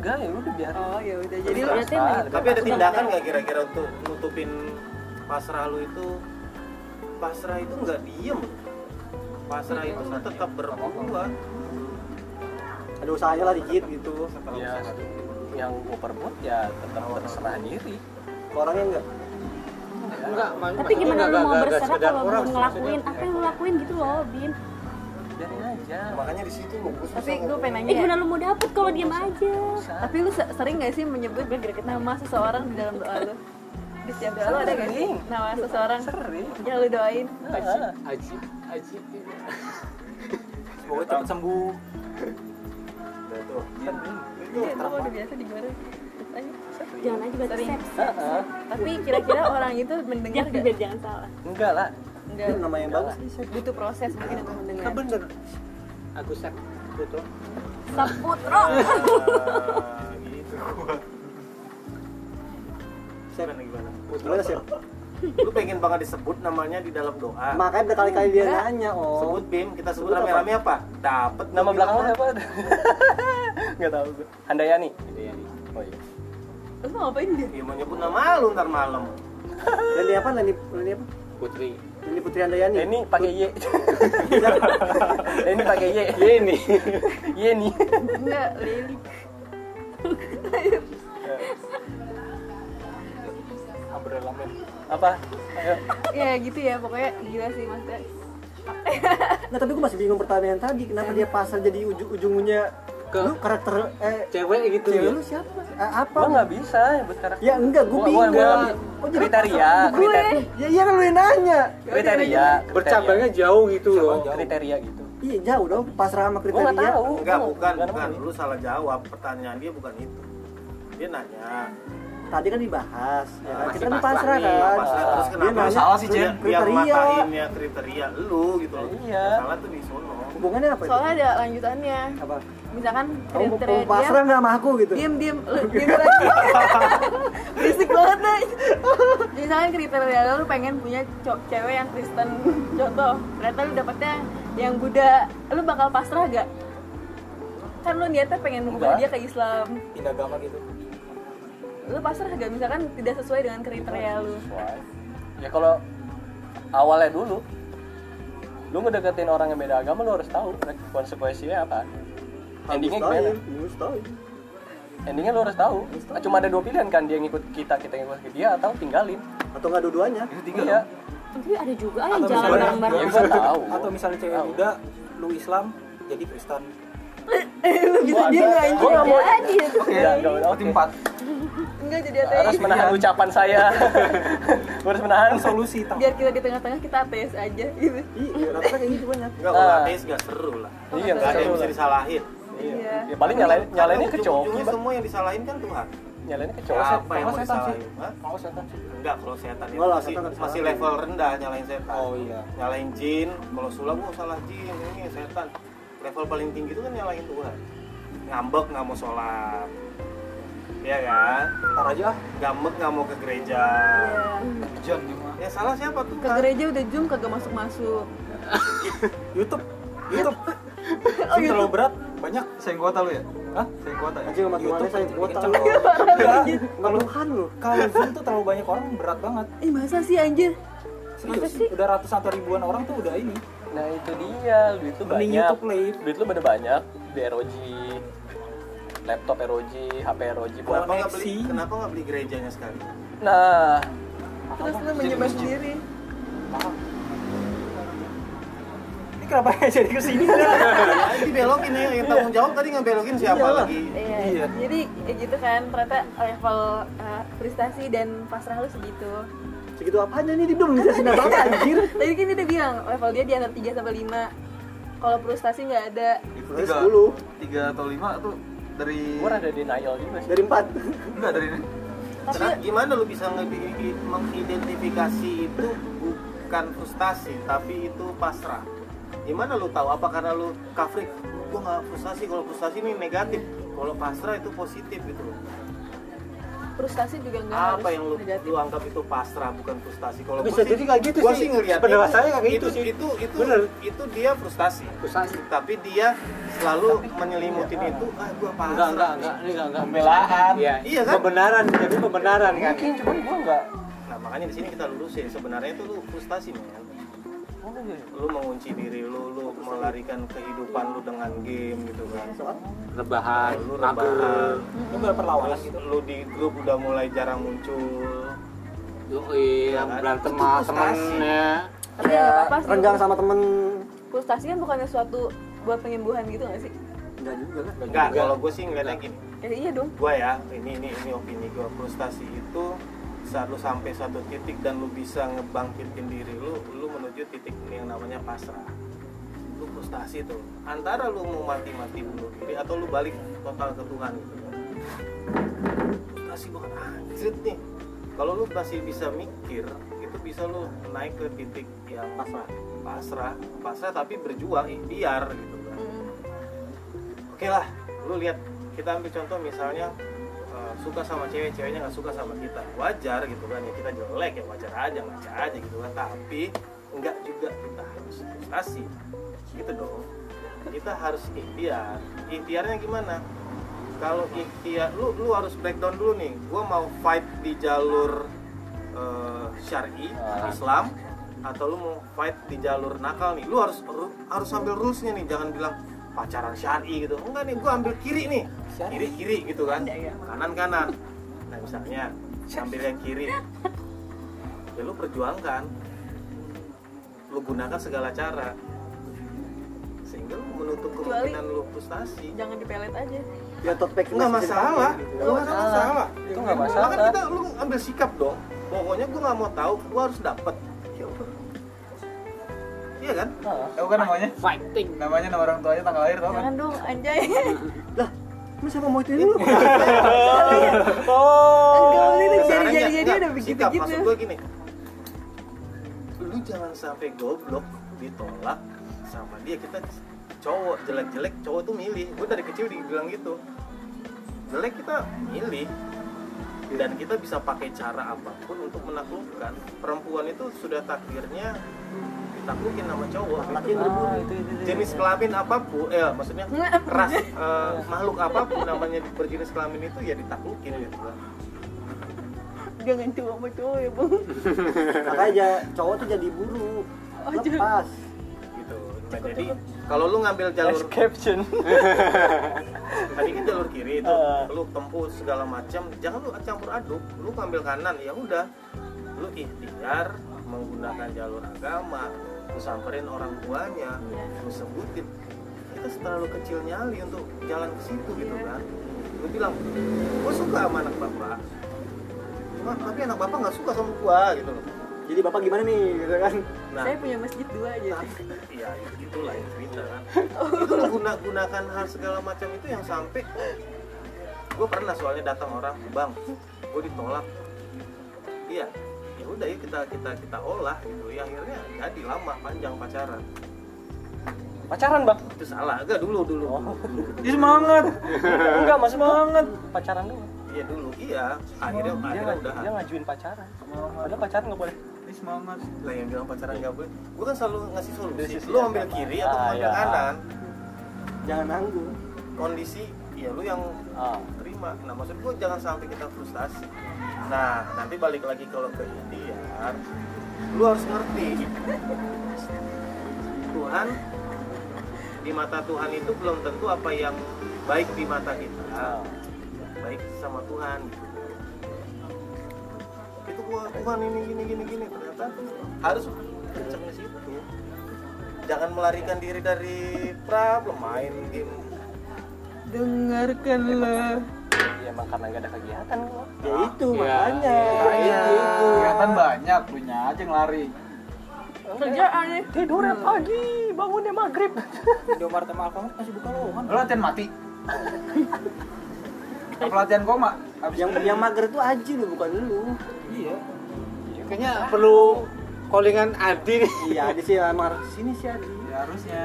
B: Enggak, ya udah biarin.
A: oh ya udah jadi lu
C: berarti
B: Pasrah,
C: emang
B: lebih
E: Tapi ada tindakan nggak kira-kira untuk nutupin pasrah lu itu? Pasrah itu nggak diem. Pasrah
D: Iya,
E: itu lu tetap berbuat.
D: Hmm. Ada usahanya lah dikit gitu.
B: ya, yang gue perbuat ya tetap terserah diri
D: Ke Orangnya enggak.
G: enggak
C: tapi gimana lu mau berserah kalau belum ngelakuin apa yang lu lakuin gitu loh Bim
B: biarin aja
E: Makanya di situ lu
A: tapi gue pengen
B: Iya.
C: eh
A: nanya
C: gimana lu mau dapet kalau diem aja
A: tapi lu se- sering gak sih menyebut nama seseorang di dalam doa lu di setiap doa lu ada gak sih
B: Sering.
A: nama seseorang
B: sering
A: yang lu doain
B: Ah,
G: aji aji
H: semoga cepet sembuh
B: sering
A: iya itu udah biasa digoreng Tanya.
C: jangan aja berarti
A: Sering.
C: seks
B: Ah, ah.
A: tapi kira-kira orang itu mendengar
C: jangan
A: gak?
C: biar jangan salah
B: enggak lah
A: Enggak.
D: Nama yang bagus.
A: butuh proses mungkin untuk mendengar
D: Kan bener.
G: Agus Sep Putro
C: Saputro.
E: Ah, gitu gua. Gimana, gimana?
D: Gimana sih?
E: Lu pengen banget disebut namanya di dalam doa.
D: Makanya berkali-kali dia nanya, oh.
E: Sebut Bim, kita
D: Sebut
E: sebut
D: apa?
E: rame-rame apa? Dapat
B: Nama belakangnya siapa? Nggak tahu gue. Handayani. Oh iya.
A: Lu mau ngapain dia?
E: Iya mau nyebut nama lu ntar malam.
D: Leni apa? Leni, Leni apa?
G: Putri.
D: Leni Putri Andayani.
B: Eh, Ini pakai Y. Ini pakai Y. Yeni. Yeni.
A: Enggak, Lili.
B: Umbrella Man. Apa? Ayo.
A: Ya gitu ya, pokoknya gila sih maksudnya.
D: Nah tapi gue masih bingung pertanyaan tadi, kenapa dia pasar jadi ujung-ujungnya
G: Ke-
D: lu karakter eh
G: Cewek gitu
D: cewek
G: ya.
D: lu siapa? Eh, apa?
B: Gua nggak bisa nyebut karakter.
D: Ya enggak, gue
B: Gua- gua-
D: bingung.
B: gua-
D: Kok jadi
B: Kriteria.
A: Gue.
B: kriteria-
D: Ya iya kan lu yang nanya.
B: Kriteria.
G: Bercabangnya jauh gitu loh.
B: kriteria. Kriteria gitu.
D: Iya jauh dong, pasrah sama
B: Gue nggak
D: kriteria.
B: tahu.
E: Enggak,
B: Gua
E: bukan,
B: Oh, nggak
E: bukan.
B: tahu.
E: Lu salah jawab. Pertanyaan dia bukan itu. Dia nanya.
D: Tadi kan dibahas, ya
B: Iya,
E: Ah,
D: kan?
G: Masih
D: Kita kan
G: pasrah
D: pasrah
G: nih,
D: kan.
E: pasrah. Terus
D: Dia
E: kenapa?
D: nanya
H: Salah sih, Jen.
E: Yang
D: Kriteria.
E: matainnya ya, kriteria lu gitu loh.
B: Iya.
E: Yang Salah tuh di sono.
D: Hubungannya apa itu?
A: Soalnya ada lanjutannya.
D: Apa?
A: Misalkan
D: Kamu mau-
A: kriteria
D: mau pasrah nggak sama aku gitu?
A: Diam, diam, lu diam lagi. Berisik banget nih. Jadi misalkan kriteria lu, lu pengen punya co- cewek yang Kristen contoh, ternyata lu dapetnya yang Buddha, lu bakal pasrah gak? Kan lu niatnya pengen mengubah dia
H: Enggak.
A: ke Islam.
H: pindah agama gitu
A: Lu pasrah gak misalkan tidak sesuai dengan kriteria lu?
B: Ya kalau awalnya dulu lu ngedeketin orang yang beda agama lu harus tahu konsekuensinya apa. Endingnya gimana?
D: Bagus tahu.
B: Endingnya lu harus tahu. Cuma ada dua pilihan kan dia ngikut kita, kita ngikut ke dia atau tinggalin.
D: Atau nggak dua-duanya?
B: Iya.
C: Tapi ada juga yang jalan bareng-bareng.
B: Ya
G: Iya.
B: gua tahu.
H: atau misalnya cewek muda lu Islam jadi Kristen
A: Gitu dia
D: Iya,
A: nggak
B: Gua Oh, nggak mau.
C: Jadi itu.
B: Enggak, enggak, enggak.
H: tim empat
A: Enggak jadi
B: harus
A: ateis.
E: Iya.
B: menahan ucapan saya harus menahan
H: solusi tau
A: Biar kita di tengah-tengah kita ateis aja gitu.
D: Iya, rata kayak gitu banyak.
E: Enggak, kalau
B: Ah.
E: ateis gak seru lah.
B: iya
E: Gak
B: nggak
E: ada yang bisa disalahin.
A: Iya.
B: ya paling nyalain nyalainnya ke cowok
E: Ujung-ujungnya semua yang disalahin kan Tuhan.
B: nyalainnya ke cowok Nah,
E: Siapa yang
B: kalau
E: mau
B: setan sih
E: disalahin? Hah?
H: mau setan sih
E: Enggak, kalau setan
D: Oh,
E: itu
D: lah,
E: masih,
D: setan nggak
E: masih
D: disalahin.
E: level rendah nyalain setan.
H: oh iya
E: Nyalain jin, kalau sulap gua salah jin, ini setan. Level paling tinggi itu kan nyalain Tuhan. Ngambek nggak mau sholat, Iya kan?
H: ntar aja ah
E: Ngambek nggak mau ke gereja.
H: hujan nih
G: Iya. ah.
H: mah
E: Ya salah siapa
A: Iya. Ke
E: Tuhan?
A: gereja udah jum kagak masuk-masuk.
H: YouTube YouTube
A: Oh,
H: Ini terlalu
A: YouTube.
H: berat banyak sayang kuota lu ya hah sayang kuota ya
D: Anjing sama Tuhannya sayang
H: bikin
D: kuota.
H: kenceng.
D: Enggak,
H: Iya.
D: nggak Tuhan lu.
H: kalau Zoom tuh terlalu banyak orang berat banget
A: Ih masa Eh, sih anjir?
H: serius udah ratusan atau ribuan orang tuh udah ini
B: nah itu dia duit lu
H: mending
B: banyak
H: YouTube live
B: duit lu bener banyak di ROG laptop ROG HP ROG buat
E: Kenapa nggak beli?
H: koneksi.
E: Kenapa nggak beli gerejanya sekali?
B: nah
A: Terus lu menyembah sendiri.
H: ini kenapa jadi kesini
E: Nah, ini belokin nih yang tanggung jawab tadi ngebelokin siapa lagi?
A: Iya.
H: Iya.
A: Jadi ya gitu kan ternyata level eh, prestasi dan pasrah lu segitu.
D: Segitu apanya nih di belum jelasin apa anjir.
A: Tadi kan dia udah bilang level dia di antara 3 sampai 5. Kalau prestasi nggak ada.
H: itu
D: Dari 10,
H: tiga atau lima tuh dari
E: Iya.
B: gua rada denial juga sih
D: dari 4.
H: enggak dari
A: Tapi
E: Terus gimana lu bisa nge- mengidentifikasi itu bukan frustasi tapi itu pasrah? Gimana lu tahu? Apa karena lu kafrik? Gua nggak frustasi. Kalau frustasi ini negatif. Kalau pasrah itu positif gitu loh.
A: prestasi juga nggak harus
E: Apa yang lu,
A: negatif.
E: lu anggap itu pasrah bukan frustasi? Kalau
G: Bisa
E: gua sih-
G: jadi kayak gitu
E: gua
G: sih.
E: sih ngeliat
G: Pendapat saya kayak gitu sih.
E: Itu itu
G: Bener.
E: itu dia frustasi.
G: Frustasi.
E: Tapi dia selalu menyelimutin
A: Iya.
E: itu. Ah, gua pasrah.
G: Enggak, enggak, enggak, ini enggak, enggak.
H: pembelaan
G: Iya,
E: Iya
G: iya
E: kan?
G: kan? Pembenaran, demi pembenaran kan.
B: mungkin cuman gua nggak
E: Nah makanya di sini kita lurusin sebenarnya itu lu frustasi men. Lu mengunci diri lu, lu melarikan kehidupan lu dengan game gitu kan. Nah,
G: Rebahan,
E: Lu
G: mager.
E: rebahan,
H: itu nggak perlawanan
E: terus
H: gitu
E: lu di grup udah mulai jarang muncul. Nah,
G: Lu iya, berantem sama temen ya.
A: Tapi Iya, nggak apa-apa sih.
D: Renggang sama temen.
A: Prestasi kan bukannya suatu buat penyembuhan gitu nggak sih?
D: Enggak juga kan.
E: Enggak,
B: Iya.
E: kalau gue sih ngeliatnya gini.
A: Ya, iya dong.
E: Gue ya, ini ini ini opini gue frustasi itu saat lu sampai satu titik dan lu bisa ngebangkitin diri lu, lu menuju titik yang namanya pasrah. Lu frustasi tuh. Antara lu mau mati-mati bunuh diri atau lu balik total ke Tuhan gitu kan. Frustasi banget anjrit nih. Kalau lu masih bisa mikir, itu bisa lu naik ke titik yang pasrah. Pasrah, pasrah tapi berjuang ikhtiar gitu kan.
A: Mm.
E: lah lu lihat kita ambil contoh misalnya eh, suka sama cewek ceweknya nggak suka sama kita wajar gitu kan ya kita jelek ya wajar aja ngaca aja gitu kan tapi enggak juga kita harus frustasi gitu dong kita harus ikhtiar ikhtiarnya gimana kalau ikhtiar lu lu harus breakdown dulu nih gua mau fight di jalur eh, syari Islam atau lu mau fight di jalur nakal nih lu harus ru- harus ambil rulesnya nih jangan bilang pacaran syari gitu enggak nih gua ambil kiri nih kiri kiri gitu kan kanan kanan nah misalnya ambil yang kiri ya lu perjuangkan lu gunakan segala cara sehingga lu menutup
A: Kecuali-
E: kemungkinan lu frustasi
A: jangan dipelet aja
E: Iya,
D: ya tote bag
E: nggak
D: masih jadi
E: masalah
D: pakai, gitu.
E: nggak masalah, masalah.
B: Itu nggak
E: Nah,
B: masalah.
E: kan kita lu ambil sikap dong pokoknya gue nggak mau tahu gue harus dapet Ya udah. iya kan
H: Tahu kan namanya? Fighting. Namanya nama orang tuanya tanggal lahir tau kan?
A: jangan dong anjay
D: lah lu siapa mau itu lu
A: enggak ini jadi
E: Sarannya,
A: jadi jadi
E: nggak,
A: udah begitu
E: Oh, Nah, sikap.
A: gitu
E: maksud gue gini lu jangan sampai goblok ditolak sama dia kita cowok jelek-jelek cowok tuh milih gue dari kecil dibilang gitu jelek kita milih dan kita bisa pakai cara apapun untuk menaklukkan perempuan itu sudah takdirnya ditaklukin sama cowok gitu.
D: laki berburu
B: Ah,
D: itu
E: jenis kelamin apapun eh maksudnya ras eh, makhluk apapun namanya berjenis kelamin itu ya ditaklukin gitu kan
A: jangan cowok sama cowok ya bang
D: makanya cowok tuh jadi buru
A: Oh, jadi-
D: lepas
E: gitu nah jadi kalau lu ngambil jalur
B: caption
E: tadi kan jalur kiri itu
B: Eh.
E: lu tempuh segala macam jangan lu campur aduk lu ngambil kanan ya udah lu ikhtiar menggunakan jalur agama lu samperin orang tuanya lu sebutin kita terlalu kecil nyali untuk jalan ke situ gitu kan lu bilang gua suka sama anak bapak Cuma, tapi anak bapak nggak suka sama gua gitu loh
D: jadi bapak gimana nih gitu kan
E: nah
A: saya punya masjid dua aja
E: ya itulah yang cerita kan itu lu guna gunakan hal segala macam itu yang sampai gue pernah soalnya datang orang bang gue ditolak iya ya udah ya kita kita kita olah gitu ya akhirnya jadi lama panjang pacaran
B: pacaran bang
E: itu salah enggak dulu dulu
B: Ih, semangat enggak mas semangat pacaran dulu
E: iya dulu iya akhirnya
B: dia,
E: akhirnya udah
B: dia ngajuin pacaran padahal pacaran nggak boleh
H: Ini semangat.
E: lah yang bilang pacaran gak boleh gue kan selalu ngasih solusi
B: Dari sisi
E: lu ambil
B: agama.
E: kiri atau
B: Ah,
E: ambil
B: iya.
E: kanan
D: jangan nanggung
E: kondisi ya lu yang
B: Ah.
E: terima nah maksud gue jangan sampai kita frustasi nah nanti balik lagi kalau ke ikhtiar lu harus ngerti Tuhan di mata Tuhan itu belum tentu apa yang baik di mata kita baik sama Tuhan itu gua Tuhan ini gini gini gini ternyata harus kenceng di situ jangan melarikan diri dari problem main game
A: dengarkanlah
B: ya emang karena nggak ada kegiatan gua
D: ya itu makanya
H: Iya.
D: Gitu.
H: Kelihatan banyak punya aja yang lari.
A: kerjaan ya
B: tidurnya pagi bangunnya maghrib
F: Indomaret sama Alfamart masih buka lowongan.
H: Lo latihan mati. Apa latihan koma? Abis
D: yang yang mager tuh aji lu bukan lu
F: Iya.
G: Ya, kayaknya perlu callingan Adi nih.
D: iya di sih Amar sini sih Adi
H: Ya, harusnya.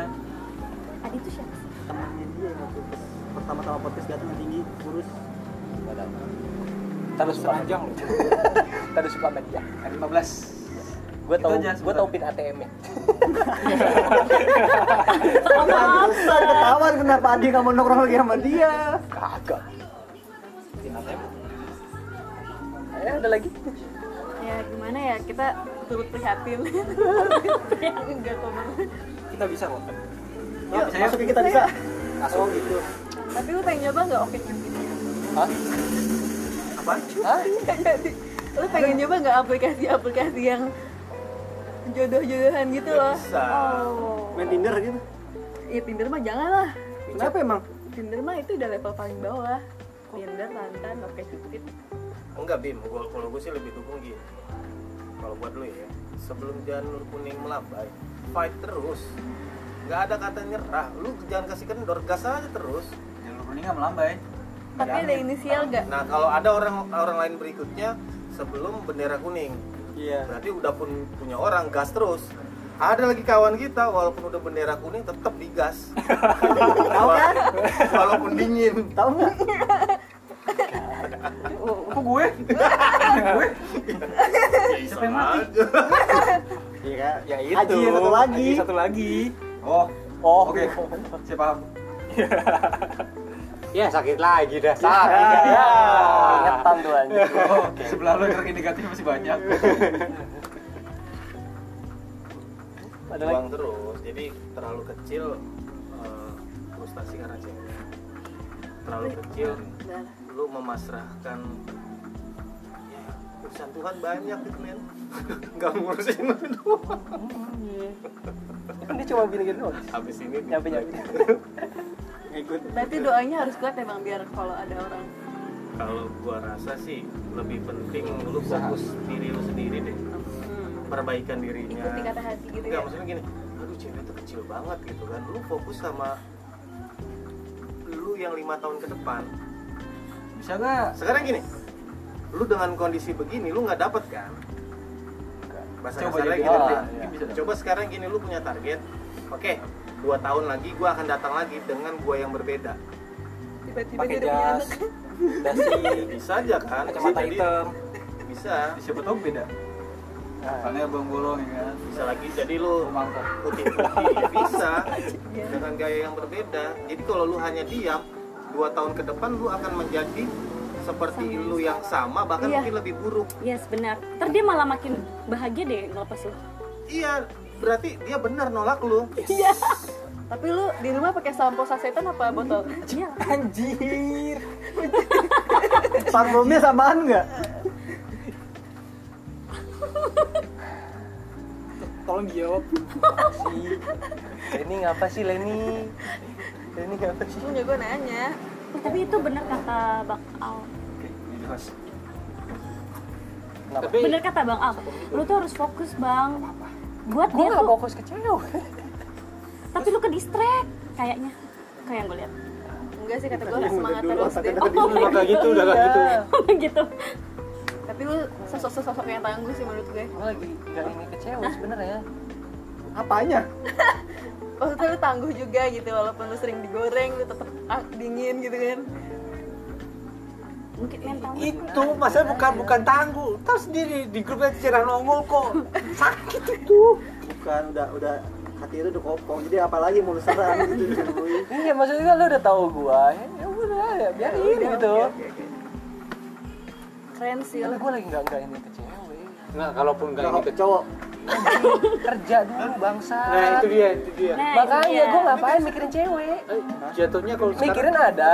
C: Tadi tuh siapa sih?
D: temennya dia yang waktu pas pertama-tama podcast datang yang tinggi kurus
B: terus seranjang terus suka media
H: K15.
B: gue
H: Itu
B: tau
H: aja
B: gue tau pin ATM nya
D: Pantesan ketahuan kenapa Adi nggak mau nongkrong lagi sama dia
B: kagak ya ada lagi
A: ya gimana ya kita turut prihatin enggak kok Bang.
B: kita bisa kok
D: ya,
H: bisa,
D: masuk ke kita bisa
B: langsung gitu
A: tapi lu pengen nyoba nggak oke Cupid?
B: Hah? Hah?
A: Nggak jadi lu pengen nyoba nggak aplikasi-aplikasi yang jodoh-jodohan gitu loh
E: bisa.
A: oh
D: main Tinder gitu
A: ya Tinder mah jangan lah
D: kenapa emang
A: Tinder mah itu udah level paling bawah Tinder, Tantan, oke Cupid
E: Enggak Bim, gua, kalau gue sih lebih dukung gini Kalau buat lu ya Sebelum janur kuning melambai Fight terus Nggak ada kata nyerah Lu jangan kasih kendor, gas aja terus
H: Jalur kuning nggak melambai.
A: tapi ada inisial gak?
E: Nah kalau ada orang orang lain berikutnya Sebelum bendera kuning
D: iya
E: Berarti udah pun punya orang, gas terus ada lagi kawan kita walaupun udah bendera kuning tetap digas
D: Tahu kan?
E: walaupun dingin
D: Tahu nggak?
F: Kok gue?
E: ya iseng aja
D: Iya kan?
F: Ya itu.
D: Haji satu lagi.
F: Haji satu lagi.
H: Oh,
F: Oh,
H: oke.
B: Iya.
H: Saya paham.
G: Ya sakit lagi dah sakit.
F: Ya.
B: Iya. Ingetan tuh anjing.
H: Oh, Ah. sebelah lo energi negatif masih banyak.
B: Ada lagi.
E: buang terus jadi terlalu kecil eh, frustasi karena cewek terlalu kecil
A: Nah,
E: lu memasrahkan ya, urusan Tuhan banyak gitu men nggak ngurusin lu doang.
B: Kan dia cuma gini-gini doang.
E: habis ini
B: Nyampe-nyampe.
E: ikut
A: Berarti doanya harus kuat emang biar kalau ada orang
E: kalau gua rasa sih lebih penting lu fokus diri lu sendiri deh
A: hmm,
E: perbaikan dirinya
A: ikuti kata hati gitu
E: Enggak,
A: ya.
E: Iya. maksudnya gini, aduh cewek itu kecil banget gitu kan. Lu fokus sama lu yang lima tahun ke depan.
H: Bisa nggak?
E: Sekarang gini, lu dengan kondisi begini lu nggak dapet kan? Bahasa
H: Coba
E: kasarnya
H: jadi
E: gitu
H: orang,
E: deh.
H: iya.
E: Bisa. Coba sekarang gini lu punya target. Oke, dua tahun lagi gua akan datang lagi dengan gua yang berbeda.
A: Tiba-tiba
H: Pakai
A: dia udah punya
H: jas,
A: anak.
H: dasi,
E: Bisa aja kan?
H: kacamata
E: Jadi,
H: hitam.
E: Bisa, Nah.
H: Siapa tahu beda. Soalnya bang bolong ya kan.
E: bisa lagi. Jadi lu
H: Mangkok.
E: putih-putih ya bisa dengan gaya yang berbeda jadi kalau lu hanya diam dua tahun ke depan lu akan menjadi seperti lu yang sama bahkan
A: Iya.
E: mungkin lebih buruk
C: Yes, benar. Ntar dia malah makin bahagia deh ngelepas lu.
E: iya berarti dia benar nolak lu
A: Tapi lu di rumah pakai sampo sasetan apa botol?
C: Iya.
F: Anjir.
D: Parfumnya samaan nggak?
F: Tolong jawab.
B: Si Leni ngapa sih Leni? Leni ngapa sih?
A: Lu nggak gue nanya.
C: Oh, Tapi itu benar kata Bang Al.
H: Oke, ini jelas.
B: Tapi
C: Benar kata Bang Al. Lu tuh harus fokus, Bang. Buat
B: gue
C: dia
B: nggak
C: tuh,
B: fokus ke cewek.
C: tapi lu ke distract kayaknya. Kayak yang gue lihat.
A: Enggak sih kata gue harus semangat terus deh.
G: Udah kayak gitu, udah kayak gitu.
B: Iya.
C: gitu.
A: Tapi lu sosok-sosok yang tangguh sih menurut gue.
B: Gue lagi nggak ini ke cewek sebenarnya.
D: Apanya?
A: Maksudnya lu tangguh juga gitu walaupun lu sering digoreng lu tetap ah, dingin gitu kan.
C: Mungkin mental.
G: Itu masa bukan bukan tangguh. Tahu sendiri di grupnya cerah nongol kok. Sakit itu.
D: Bukan, udah udah hati itu udah kopong. Jadi apalagi mau serang gitu cuy.
B: Iya maksudnya kan lu udah tahu gue. Ya udah ya biarin gitu.
A: Keren sih
B: Tapi
A: lu.
B: gue lagi nggak nggak ini ke cewek.
G: Nah, kalaupun enggak
D: Kalau
G: gitu.
D: cowok.
B: Kerja dulu bangsa.
G: Nah, itu dia, itu dia.
C: Nah,
B: Makanya
C: iya.
B: gue ngapain mikirin cewek?
G: Eh, Jatuhnya kalau sekarang
B: Mikirin ada.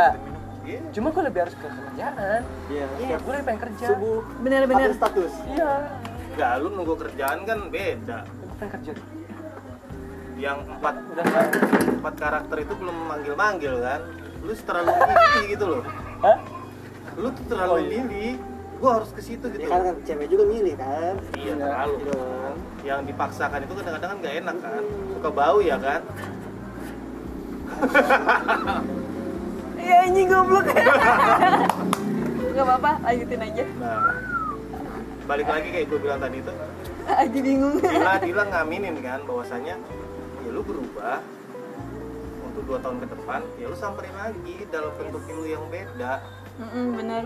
E: Iya.
B: Cuma gue lebih harus ke kerjaan.
D: Iya.
B: Iya, gue lebih pengen kerja.
D: Subuh.
A: Bener-bener.
D: Update status.
B: Iya.
E: nggak lu nunggu kerjaan kan beda
B: Gue pengen kerja.
E: yang empat
B: Udah nggak.
E: empat karakter itu belum manggil manggil kan lu terlalu milih gitu loh
B: Hah?
E: lu tuh terlalu milih gua harus ke situ gitu
D: Ya kan, kan cewek juga milih kan.
E: Iya terlalu kan. Yang dipaksakan itu kadang-kadang kan nggak enak kan, suka bau ya kan.
A: Iya anjing goblok. Gak apa-apa, lanjutin aja.
E: Nah, balik lagi kayak gue bilang tadi itu,
A: Aji bingung.
E: Dila Dila ngaminin kan bahwasanya ya lu berubah untuk dua tahun ke depan, ya lu samperin lagi dalam bentuk lu yang beda.
A: Mm-mm, bener.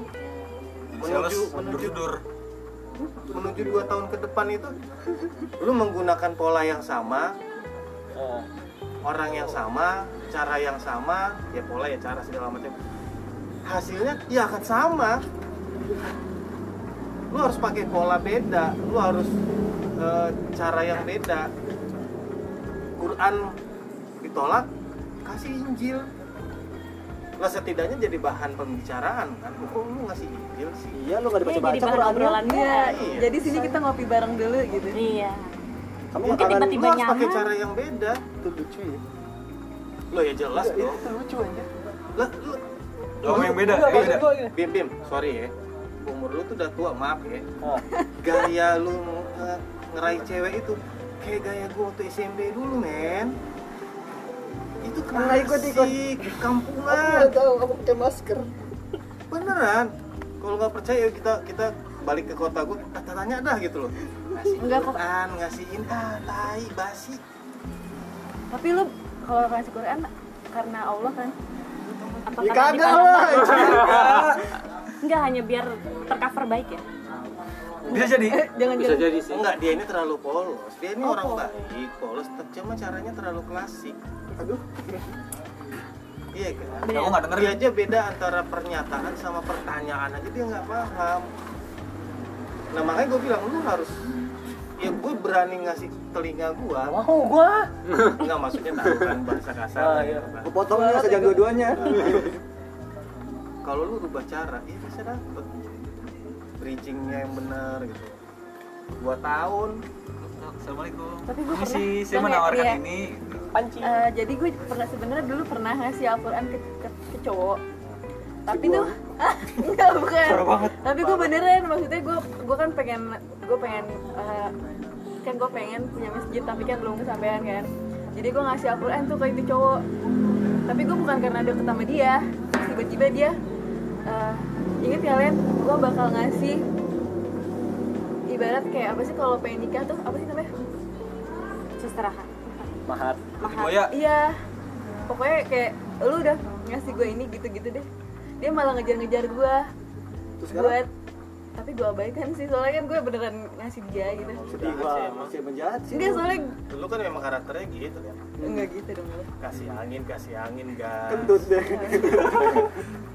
E: Menuju menuju menuju dua tahun ke depan itu, lu menggunakan pola yang sama,
B: Eh,
E: orang yang sama, cara yang sama, ya pola ya cara segala macam. Hasilnya ya akan sama. Lu harus pakai pola beda, lu harus eh, cara yang beda. Quran ditolak, kasih Injil. Lah setidaknya jadi bahan pembicaraan kan. Kok lu ngasih Injil sih?
D: Iya lu gak
C: Iya,
D: dibaca
C: jadi
D: baca
C: bahan
D: Qurannya.
C: obrolan gue.
A: Iya, jadi sini kita ngopi bareng dulu gitu.
C: Iya.
D: Kamu
C: Mungkin
D: nggak kangen
E: Lu
C: tiba-tiba
E: harus pakai
C: nyaman.
E: cara yang beda.
D: itu lucu ya.
E: Lo ya jelas
D: iya.
E: dong.
B: itu lucu aja.
E: Lah lu
H: Lo Oh, yang beda,
B: Nggak,
H: yang
B: Iya, maksud
H: beda.
B: gue gini.
E: Bim Bim, sorry ya. Umur lu tuh udah tua, maaf ya.
B: Ah.
E: Gaya lu nge- ngeraih cewek itu kayak gaya gua waktu SMP dulu, men. Itu
D: Nggak ikut, ikut. Oh, iya,
E: klasik, kampungan.
D: Aku tahu kamu pakai masker.
E: Beneran. Kalau nggak percaya yuk kita kita balik ke kota gua, tanya dah gitu loh. ngasih
A: Enggak kok.
E: Quran ngasih ah tai basi
A: Tapi lu kalau ngasih Quran karena Allah kan?
C: Apa
D: Ya kagak
C: karena dipandang
D: lah.
C: baik?
D: kagak.
C: Enggak hanya biar tercover baik ya.
G: Bisa jadi.
A: jangan
B: bisa
A: jangan.
B: jadi sih
E: enggak dia ini terlalu polos dia ini orang baik polos tapi cuma caranya terlalu klasik
D: Aduh.
E: iya kan
H: Aku nggak denger
E: dia aja beda antara pernyataan sama pertanyaan aja dia nggak paham nah makanya gue bilang lu harus ya gue berani ngasih telinga gue
B: Oh.
F: Mau gua.
E: nggak maksudnya tahu kan bahasa kasar
B: Ah,
E: gitu
B: iya.
E: kan.
D: Kepotongnya sejak dua-duanya.
E: kalau lu rubah cara ya bisa dapet bridgingnya yang benar gitu dua tahun
H: Assalamualaikum.
A: Tapi gua
H: Permisi, saya
A: pernah- Bang, ya,
H: menawarkan
A: iya.
H: ini.
B: panci
A: Eh, jadi gue pernah sebenarnya dulu pernah ngasih Al-Quran ke, ke, ke cowok tapi tuh enggak bukan tapi gue beneran maksudnya gue gue kan pengen gue pengen eh, kan gue pengen punya masjid tapi kan belum kesampaian kan jadi gue ngasih Al-Quran tuh ke itu cowok tapi gue bukan karena deket sama dia tiba-tiba dia eh, inget ya Len gue bakal ngasih ibarat kayak apa sih kalau pengen nikah tuh apa sih namanya
C: Sesterahan.
B: mahat
C: Mahal.
H: Boya,
A: Iya, pokoknya kayak lu udah ngasih gue ini gitu-gitu deh. Dia malah ngejar-ngejar gue
D: Terus sekarang
A: buat tapi gue abaikan sih soalnya kan gue beneran ngasih dia gitu.
D: sedih gua masih menjahat sih.
A: Enggak soalnya
E: lu kan memang karakternya gitu kan
A: enggak gitu dong lu.
E: kasih angin kasih angin gas
D: Kentut deh.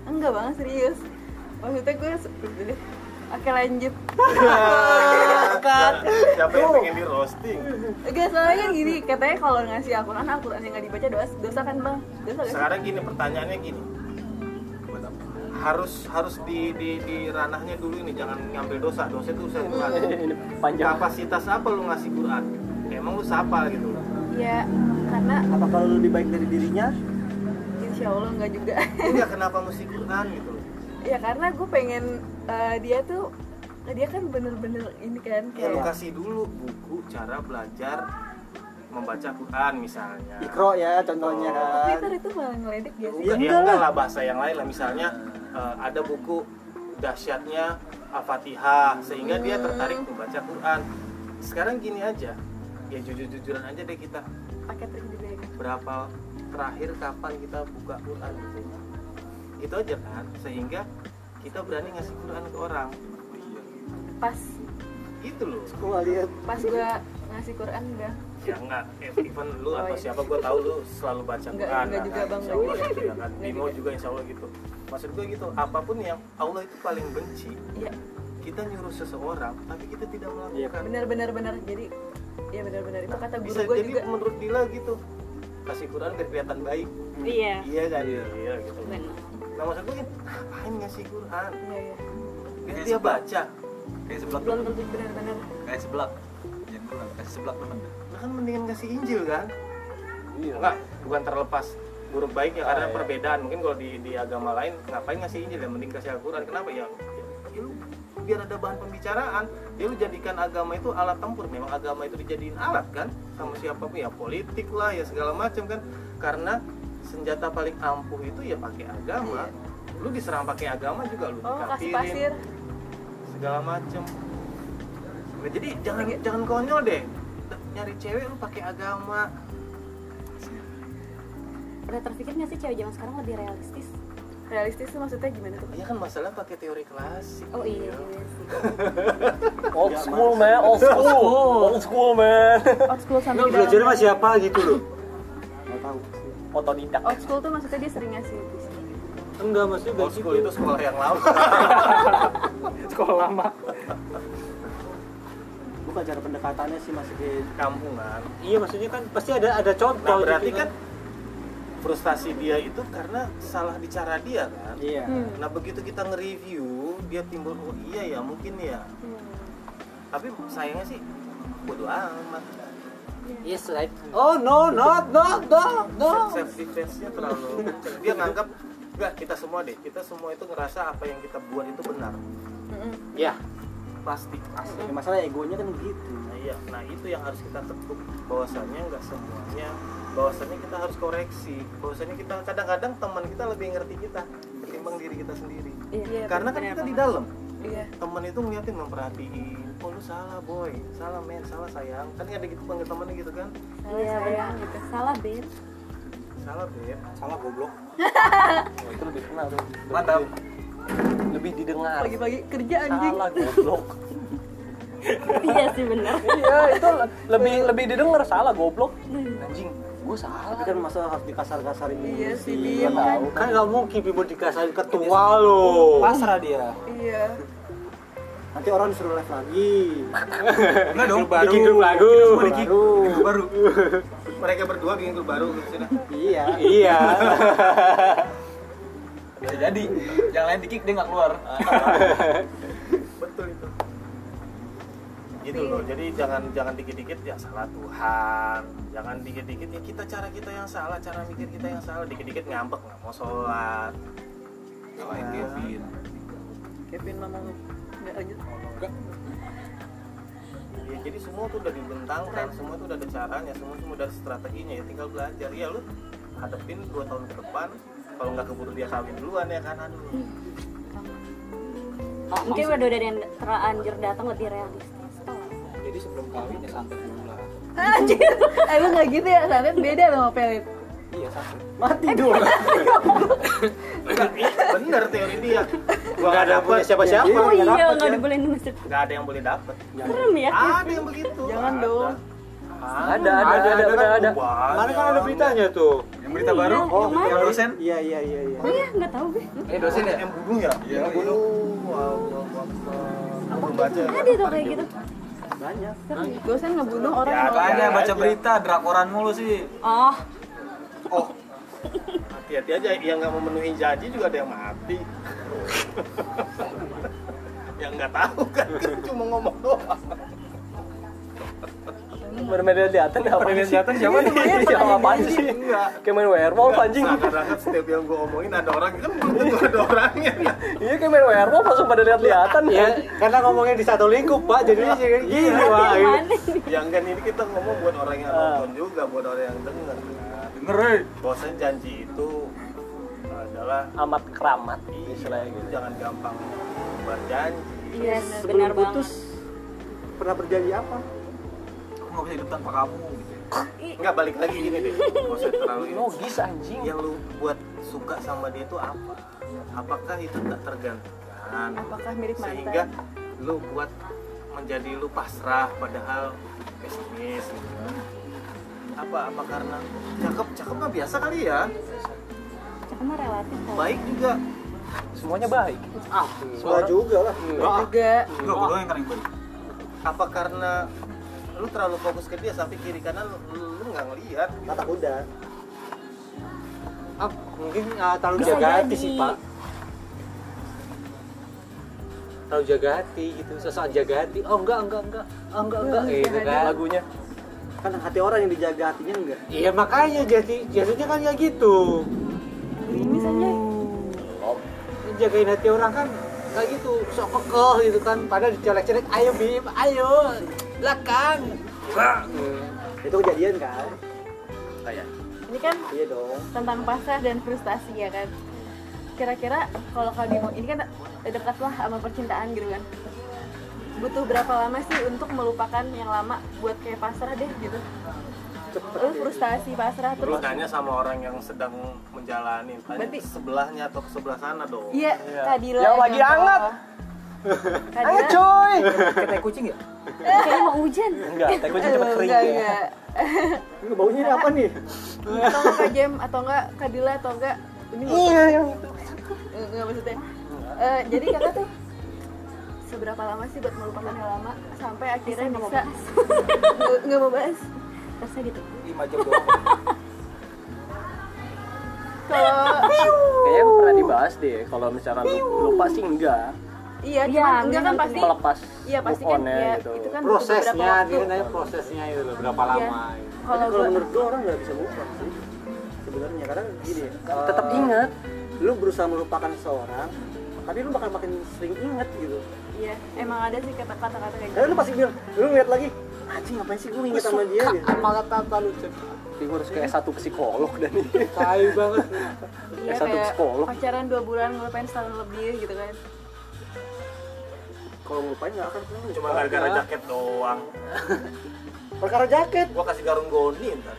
A: Enggak banget serius. Maksudnya gue se- udah. Oke lanjut.
E: siapa yang pengen di roasting
A: Enggak soalnya kan gini katanya kalau ngasih Al-Quran Al-Quran yang nggak dibaca dosa dosa kan bang dosa gak sih?
E: sekarang gini pertanyaannya gini Buat apa? harus harus di, di di ranahnya dulu ini jangan ngambil dosa dosa itu urusan Tuhan
B: ini panjang
E: kapasitas apa lu ngasih Quran emang lu siapa gitu
A: Iya karena
D: Apa kalau lu lebih baik dari dirinya?
A: Insya Allah enggak juga.
E: enggak Iya, kenapa mesti Quran gitu loh
A: ya karena gue pengen eh, dia tuh dia kan bener-bener ini kan
E: ya
B: Iya.
E: lu
A: kayak
E: kasih dulu buku cara belajar membaca Quran misalnya
D: Ikro ya
C: Oh.
D: contohnya
A: Tapi
D: kan.
A: ntar itu malah ngeledek gak Iya sih?
E: Bukan, ya enggak lah bahasa yang lain lah misalnya eh, ada buku dahsyatnya Al-Fatihah sehingga dia tertarik membaca Quran. Sekarang gini aja. Ya jujur-jujuran aja deh kita
A: Pakai trik juga ya
E: berapa terakhir kapan kita buka Quran gitu. Itu aja kan sehingga kita berani ngasih Quran ke orang.
A: Pas,
E: Gitu loh.
D: Aku nggak lihat.
A: pas gue ngasih Quran enggak
E: Ya enggak eh, even lu
A: Oh,
E: atau
A: iya.
E: siapa gua tahu lu selalu baca
A: Enggak,
E: Quran.
A: enggak
E: kan?
A: juga, Bang,
E: Insya
A: enggak
E: Allah
A: juga.
E: juga
A: Enggak
E: kan. Bimo
A: juga.
E: juga insya Allah gitu. Maksud gue gitu, apapun yang Allah itu paling benci,
A: Iya
E: kita nyuruh seseorang tapi kita tidak melakukan
A: bener-bener bener Jadi ya bener-bener itu kata guru
E: bisa
A: gue
E: jadi
A: juga
E: menurut Dila gitu kasih Quran biar kelihatan baik
C: Iya.
E: iya kan iya gitu
C: Benar.
E: nah maksud gue ngapain ngasih Quran
A: Iya iya
E: biar dia baca
H: kayak seblak,
A: Belum tentu bener-bener
H: kayak seblak. Jangan pulang, kasih seblak teman.
E: nah kan mendingan ngasih Injil kan
B: Iya.
E: enggak bukan terlepas buruk baik ya karena
B: Ah, iya.
E: perbedaan mungkin kalau di, di agama lain ngapain ngasih Injil ya mending kasih Al-Quran kenapa ya, ya, ya lu biar ada bahan pembicaraan ya lu jadikan agama itu alat tempur memang agama itu dijadiin alat kan sama siapapun ya politik lah ya segala macam kan karena senjata paling ampuh itu ya pakai agama lu diserang pakai agama juga lu
A: Oh kasih
E: dikafirin,
A: pasir
E: segala macam Nah, jadi jangan jangan konyol deh nyari cewek lu pakai agama
C: Udah terpikir nggak sih cewek zaman sekarang lebih realistis?
A: Realistis tuh maksudnya gimana tuh?
E: Iya kan masalah pakai teori klasik.
C: Oh iya, iya sih.
B: old school man old school old school man
A: Old school sampai
G: Lu
A: di dalam
G: belajar sama siapa gitu loh.
D: Nggak tahu.
B: otodidak
A: Old school tuh maksudnya dia sering ngasih puisi.
G: Enggak maksudnya gitu.
E: Old school itu sekolah yang lama.
F: Sekolah lama.
D: Bukan cara pendekatannya sih masih kayak
E: Kampungan.
G: Iya maksudnya kan pasti ada ada contoh.
E: Nah berarti
G: gitu
E: kan frustasi dia itu karena salah bicara dia kan.
D: Iya.
C: Hmm.
E: Nah begitu kita nge-review dia timbul oh iya ya mungkin ya.
C: Hmm.
E: Tapi sayangnya sih bodo amat.
G: Yes right. Oh no not not no no.
A: Oh.
E: Self defense-nya terlalu kenceng. Dia nganggap enggak kita semua deh. Kita semua itu ngerasa apa yang kita buat itu benar.
A: Mm-mm.
G: Ya.
E: Pasti. Pasti.
D: Ya, masalah egonya kan begitu.
E: Nah, iya. nah itu yang harus kita tekuk bahwasannya nggak semuanya bahwasannya kita harus koreksi bahwasannya kita kadang-kadang teman kita lebih ngerti kita ketimbang diri kita sendiri
A: Iya
E: karena kan
A: bener-bener
E: kita di
A: banget.
E: dalam
A: Iya
E: teman itu ngeliatin memperhatiin oh lu salah boy salah men salah sayang kan ada gitu panggil temennya gitu kan
C: Iya, benar. Salah, Beb.
E: salah beb
G: Salah goblok.
B: Oh, itu lebih kenal tuh. Lebih-
E: Mantap.
B: Lebih didengar.
A: Pagi-pagi kerja anjing.
B: Salah goblok.
C: Iya sih benar.
B: iya, itu le- lebih lebih didengar salah goblok. Anjing, gue salah.
D: Tapi kan masa harus dikasar-kasarin dulu
A: Iya sih,
B: Gua
A: Bim.
B: tahu.
G: Kan nggak mungkin Bimo dikasarin ketua lo.
B: Pasrah dia.
A: Iya.
D: Nanti orang disuruh live lagi
E: enggak dong
G: Bikin grup lagu.
D: Baru
E: baru mereka berdua bikin grup baru gitu sudah
D: Iya
G: Iya.
H: Bisa jadi. Yang lain dikick dia nggak keluar.
E: betul itu gitu loh jadi jangan jangan dikit-dikit ya salah Tuhan jangan dikit-dikit ya kita cara kita yang salah cara mikir kita yang salah dikit-dikit ngambek nggak mau sholat Iya.
H: Selain Kevin.
A: Kevin mama lu. Nggak lanjut.
E: ya jadi semua tuh udah dibentangkan semua tuh udah ada caranya semua tuh udah ada strateginya ya tinggal belajar ya lu hadapin dua tahun ke depan kalau nggak keburu dia kawin duluan ya kan aduh
C: Mungkin udah udah yang teranjur datang lebih realistis.
H: Jadi sebelum kawin ya santai dulu lah.
A: Anjir. Eh lu nggak gitu ya, Santet beda sama Pelit.
H: Iya santai.
D: Mati dong
E: bener teori dia gua
G: Nggak
E: nggak
G: ada
E: dapet
G: punya siapa-siapa. nggak
C: Oh iya,
G: dapet
C: nggak
G: ya.
C: dibolehin masuk.
E: nggak ada yang boleh dapet
C: Serem ya.
E: ada yang begitu
A: Jangan
E: ada.
A: dong.
B: Ada, ada, ada,
G: Ada,
B: udah ada.
E: Banyak.
G: Kemarin kan ada beritanya tuh.
H: Yang berita baru.
C: Oh, yang mana?
H: dosen.
D: Iya iya iya iya
C: Oh iya, nggak tahu gue.
H: Eh dosen ya.
E: yang bunuh ya
H: Iya,
E: yang bunuh Allah Akbar. Aku belum baca
C: Ada tuh kayak gitu.
D: Banyak
A: Serem. Dosen kan ngebunuh orang.
E: Ya,
A: malah.
H: Makanya baca berita drakoran mulu sih.
C: Oh,
E: Oh. hati-hati aja yang nggak memenuhi janji juga ada yang mati yang nggak tahu kan kan cuma ngomong doang
B: Bermain di atas apa
H: Pengen
B: sih? Iya,
H: datang siapa nih?
B: Siapa apaan sih? Kayak main werewolf anjing.
E: seakan-akan setiap yang gue omongin ada orang kan belum tentu ada orangnya
B: Iya kayak main werewolf langsung pada lihat-lihatan ya.
G: Ya, karena ngomongnya di satu lingkup, Pak. Jadinya kayak
E: Iya,
G: gini, Pak.
C: yang mana?
E: yang kan ini kita ngomong buat orang yang nonton juga buat orang yang dengar
H: Denger, eh.
E: bosan janji itu adalah
B: Amat keramat
E: iya,
B: istilahnya gitu.
E: jangan gampang berjanji
C: Iya, benar
D: Sebelum
C: banget.
D: putus Pernah berjanji apa?
H: Hmm. Aku nggak bisa hidup tanpa kamu. Gitu.
E: nggak balik lagi gini deh bosan terlalu ini
B: Logis anjing.
E: yang lu buat suka sama dia itu apa? Apakah itu tak tergantikan?
A: Apakah mirip mantan?
E: Sehingga lu buat menjadi lu pasrah padahal pesimis gitu. Apa apa karena cakep cakep mah biasa kali ya.
C: Cakep mah relatif kok.
E: Baik juga.
B: Semuanya baik.
D: Enggak juga lah
A: Juga.
H: Enggak, gue yang paling baik.
E: Apa karena lu terlalu fokus ke dia sampai kiri kanan lu lu nggak ngelihat
D: Kata kuda
G: Ah, mungkin ah, terlalu
C: Bisa
G: jaga hati
C: jadi.
G: sih, Pak. Terlalu jaga hati gitu, sosok jaga hati. Oh, enggak, enggak, enggak.
B: Ah,
G: Oh, enggak, enggak. Eh, gitu kan.
B: Lagunya.
D: Kan hati orang yang dijaga hatinya enggak
G: Iya, makanya jadi jadinya kan ya gitu.
A: Gerimis aja.
E: Hmm.
G: Jagain hati orang kan kayak gitu, sok kekeh gitu kan. Padahal dicolek-colek, ayo Bim, ayo. Belakang.
D: Itu kejadian kan?
E: kayak
A: Ini kan
D: Iya dong
A: tentang pasrah dan frustasi ya kan kira-kira kalau kau mau ini kan dekat lah sama percintaan gitu kan butuh berapa lama sih untuk melupakan yang lama buat kayak pasrah deh gitu lu frustasi pasrah
E: lu
A: terus
E: tanya sama orang yang sedang menjalani tanya
A: Berarti-
E: ke sebelahnya atau ke sebelah sana dong
A: iya Kadila
B: Yang Ya, lagi
A: contoh.
B: hangat. Ayo
A: Kadila
B: coy.
H: Kayak kucing ya?
C: Kayaknya mau hujan.
B: Enggak, teh kucing
A: Eh,
B: cepet kering
A: enggak,
B: ya.
A: enggak.
D: Ini baunya ini apa nih?
A: atau enggak Kak Jem atau enggak Kadila atau enggak ini
B: Iya, yang itu.
A: Eh, enggak maksudnya Eh, jadi kakak tuh seberapa lama sih buat melupakan yang lama sampai akhirnya
C: Saya nggak mau
A: bisa Nggak- nggak mau bahas
C: Terusnya gitu.
H: 5 jam doang.
A: kalau
B: Kayaknya pernah dibahas deh kalau misalnya lu- lupa sih enggak.
A: Iya,
C: Iya,
A: cuman enggak
C: mendingan
A: kan
C: penting.
A: pasti.
B: Melepas.
A: Iya, pasti
B: move
A: kan
B: on-nya
A: ya, itu kan
B: gitu.
A: butuh beberapa
G: Prosesnya,
A: waktu. Iya.
G: dia nanya prosesnya itu loh, berapa lama. gitu.
A: Kalau
D: Tapi
A: gua
D: kalau menurut gue orang nggak bisa move on sih sebenarnya karena gini eh,
B: Tetap ingat.
D: lu berusaha melupakan seseorang tapi lu bakal makin sering inget gitu
A: iya, emang ada sih kata- kata-kata kayak
D: karena
A: gitu.
D: Eh, lu pasti bilang lu ngeliat lagi anjing ngapain sih gue inget sama dia gitu
G: Malah tata lu cek.
B: Tapi gua harus kayak satu psikolog dan ini.
G: Tai banget.
A: Iya,
B: satu
A: kayak
B: psikolog.
A: pacaran 2 bulan ngelupain setahun lebih gitu kan.
D: kalau lupain nggak akan pernah
E: Cuma gara-gara jaket doang.
D: perkara jaket
E: Gua kasih garung goni ntar.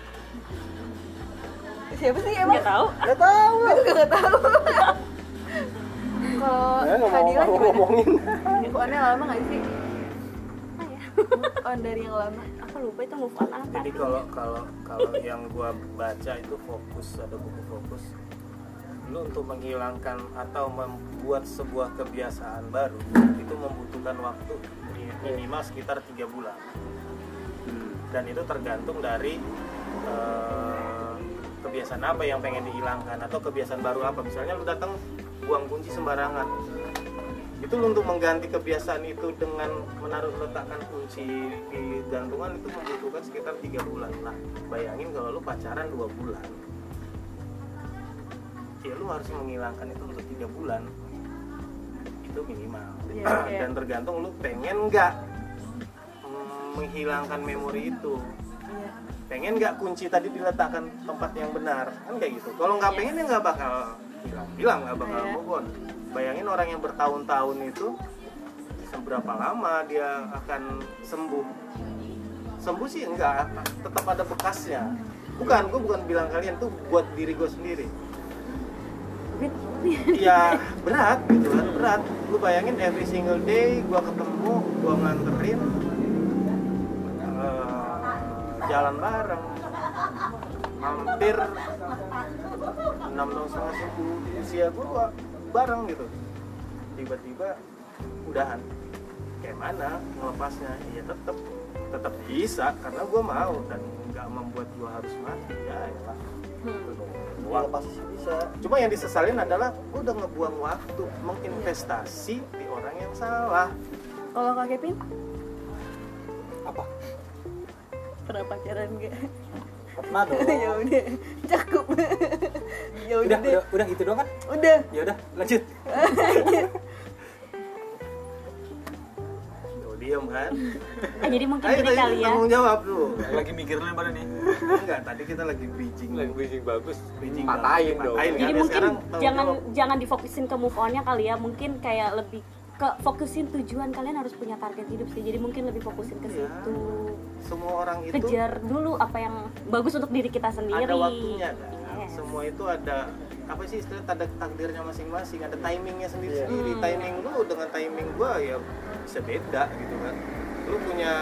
A: Siapa sih emang? Gak tahu.
D: nggak tahu Ya,
A: Kalau Fadila gimana? Lingkungannya lama nggak sih? Oh, iya. Move on dari yang lama.
C: Aku lupa itu move on apa
E: Jadi kalau kalau kalau yang gua baca itu fokus ada buku fokus. Lu untuk menghilangkan atau membuat sebuah kebiasaan baru itu membutuhkan waktu minimal sekitar tiga bulan. Dan itu tergantung dari eh, kebiasaan apa yang pengen dihilangkan atau kebiasaan baru apa. Misalnya lu datang buang kunci sembarangan, itu untuk mengganti kebiasaan itu dengan menaruh letakkan kunci di gantungan itu membutuhkan sekitar tiga bulan nah bayangin kalau lu pacaran dua bulan ya lu harus menghilangkan itu untuk tiga bulan itu minimal
A: Iya, iya.
E: dan tergantung lu pengen nggak mm, menghilangkan memori itu
A: Iya.
E: pengen nggak kunci tadi diletakkan tempat yang benar kan kayak gitu kalau nggak pengen ya nggak bakal hilang hilang nggak bakal
A: Iya.
E: move on bayangin orang yang bertahun-tahun itu seberapa lama dia akan sembuh sembuh sih enggak tetap ada bekasnya bukan gue bukan bilang kalian tuh buat diri gue sendiri ya berat gitu kan berat lu bayangin every single day gua ketemu gua nganterin eh, jalan bareng hampir enam tahun setengah suku usia gua, gua bareng gitu tiba-tiba udahan kayak mana melepasnya ya tetap tetap bisa karena gua mau dan nggak membuat gua harus mati ya elah. Itu dong. Wah,
D: pasti sih bisa
E: Cuma yang disesalin adalah gue udah ngebuang waktu menginvestasi di orang yang salah.
A: Kalau Kak Kevin?
F: Apa?
A: Pernah pacaran gak?
G: Pernah dong.
A: ya udah, cakup. ya udah
G: udah,
A: deh.
G: udah, udah gitu doang kan?
A: Udah.
G: Ya udah, lanjut.
E: Tuh diem kan?
C: eh, jadi mungkin
E: Ayo
C: gini
E: tadi
C: kali ya
E: tanggung jawab lu.
H: Lagi mikir lu yang mana nih?
E: Enggak, tadi kita lagi bridging.
G: Language bagus.
E: Bridging
G: Patahin dong.
E: Patahin,
C: jadi
E: kan? Ya,
C: mungkin
E: sekarang tanggung
C: jangan
E: jawab.
C: jangan difokusin ke move onnya kali ya mungkin kayak lebih ke fokusin tujuan kalian harus punya target hidup sih jadi mungkin lebih fokusin ke
E: Iya.
C: situ
E: Semua orang itu
C: kejar dulu apa yang bagus untuk diri kita sendiri
E: ada waktunya kan?
C: Yes.
E: Semua itu ada apa sih istilah ada takdirnya masing-masing, ada timingnya sendiri-sendiri. Timing lu dengan timing gua ya bisa beda gitu kan. Lu punya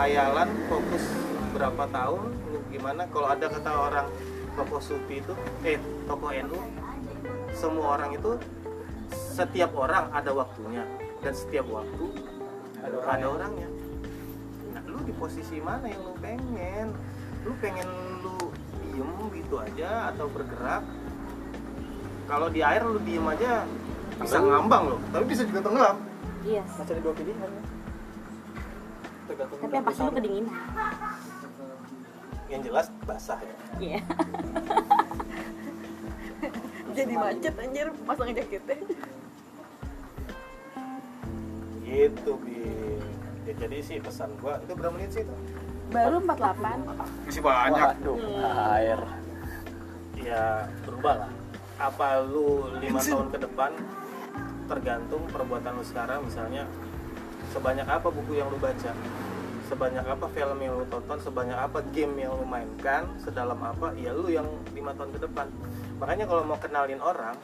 E: hayalan fokus berapa tahun, lu gimana kalau ada kata orang tokoh sufi itu eh tokoh NU semua orang itu setiap orang ada waktunya dan setiap waktu ada, orangnya. Nah, lu di posisi mana yang lu pengen? Lu pengen lu diem gitu aja atau bergerak? Kalau di air lu diem aja bisa ngambang loh, tapi bisa juga tenggelam.
C: iya
D: masih ada dua pilihan ya.
C: tapi yang pasti lu kedinginan
E: Yang jelas basah ya.
C: iya
A: Jadi macet anjir pasang jaketnya.
E: Gitu bi. Ya, jadi sih pesan gua itu berapa menit sih itu?
A: Baru 48.
E: Masih banyak.
G: Aduh, air.
E: Ya berubah lah. Apa lu lima tahun ke depan tergantung perbuatan lu sekarang misalnya sebanyak apa buku yang lu baca sebanyak apa film yang lu tonton sebanyak apa game yang lu mainkan sedalam apa ya lu yang lima tahun ke depan makanya kalau mau kenalin orang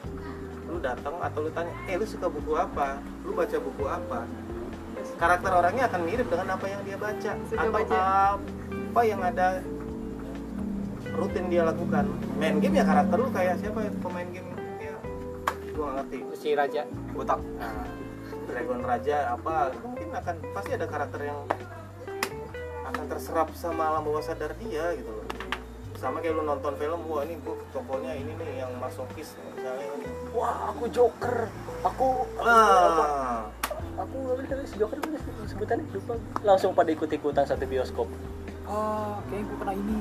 E: lu datang atau lu tanya eh lu suka buku apa lu baca buku apa karakter orangnya akan mirip dengan apa yang dia baca
A: Suka
E: atau
A: baca.
E: apa yang ada rutin dia lakukan main game ya karakter lu kayak siapa ya pemain game dia gua gak ngerti
G: Si raja.
E: botak Nah, dragon raja apa mungkin akan pasti ada karakter yang akan terserap sama alam bawah sadar dia gitu loh sama kayak lu nonton film wah ini gua tokonya ini nih yang masokis misalnya
G: Wah, aku joker. Aku
E: ah
B: aku nggak bener si Joker bener sebutannya lupa langsung pada ikut ikutan satu bioskop
G: Oh, kayaknya gue pernah ini.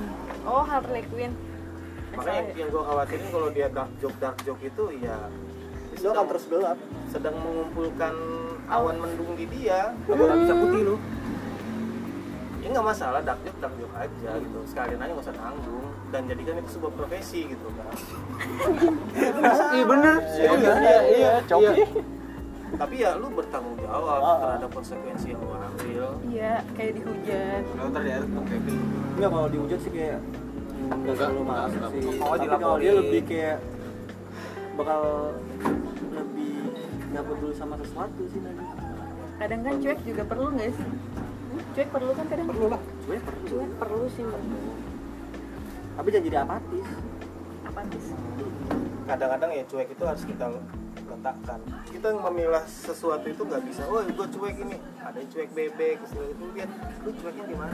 A: Oh, Harley Quinn.
E: makanya yang gua khawatirin kalau dia dark joke dark joke itu ya
D: lu akan terus gelap
E: sedang mengumpulkan awan mendung di dia
D: Hmm.
G: Gak bisa putih lu.
E: ya nggak masalah dark joke dark joke aja gitu sekalian aja nggak usah tanggung dan jadikan itu sebuah profesi gitu kan
G: Iya bener.
E: Iya, iya, iya,
G: Coki.
E: tapi ya lu bertanggung jawab
D: Ah.
E: terhadap konsekuensi yang lu ambil
A: Iya, kayak dihujat.
H: Kalau ntar dia Bang Kevin.
D: Enggak kalau dihujat sih kayak enggak terlalu masuk sih.
H: Oh,
D: Tapi kalau
H: dilaporin.
D: dia lebih kayak bakal lebih nyambut dulu sama sesuatu sih nanti.
A: Kadang kan cuek juga perlu nggak sih? Hmm? Cuek perlu kan kadang.
D: Perlu lah, cuek perlu.
C: Cuman perlu sih menurut
D: Tapi jangan jadi apatis.
A: Apatis.
E: kadang-kadang ya cuek itu harus kita letakkan kita memilah sesuatu itu nggak bisa oh gue cuek ini ada yang cuek bebek kesel itu lihat lu cueknya di mana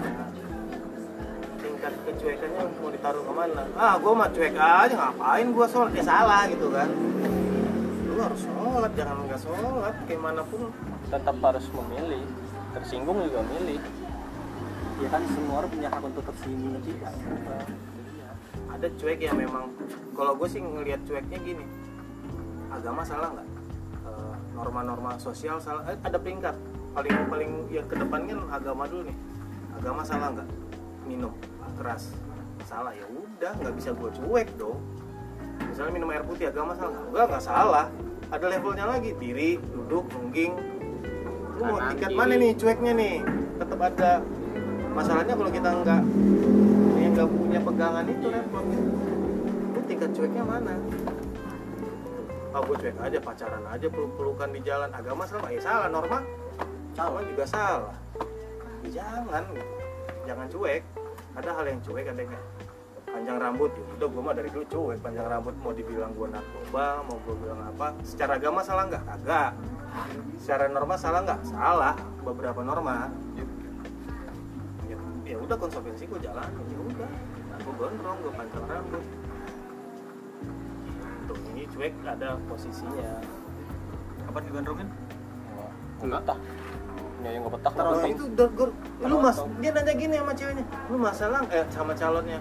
E: tingkat kecuekannya mau ditaruh kemana ah gue mah cuek aja ngapain gue sholat ya salah gitu kan lu harus sholat jangan nggak sholat kayak manapun
B: tetap harus memilih tersinggung juga milih
D: Ya kan semua orang punya hak untuk tersinggung dan tidak.
E: ada cuek yang memang kalau gue sih ngelihat cueknya gini agama salah nggak Eh, norma-norma sosial salah eh, ada peringkat paling paling ya ke depan kan agama dulu nih agama salah nggak minum keras salah ya udah nggak bisa gue cuek dong misalnya minum air putih agama salah nggak nggak nggak salah ada levelnya lagi diri duduk nungging lu mau
H: Kanan,
E: tingkat
H: kiri.
E: mana nih cueknya nih tetap ada masalahnya kalau kita nggak yang Iya, nggak punya pegangan itu repot lu tingkat cueknya mana ah gue cuek aja pacaran aja peluk-pelukan di jalan agama salah ya salah norma sama juga salah Ya jangan gitu jangan cuek ada hal yang cuek ada yang nggak. panjang rambut ya udah gue mah dari dulu cuek panjang rambut mau dibilang gue narkoba mau gue bilang apa secara agama salah nggak kagak secara norma salah nggak salah beberapa norma ya, ya udah konsekuensi gue jalan ya udah gue gondrong gue panjang rambut tuh ini cuek ada posisinya
H: Apa digandrungin?
B: nggak betah ya yang nggak betah
E: terus
B: ngapain?
E: itu udah gue lu mas dia nanya gini sama ceweknya lu masalah nggak- eh sama calonnya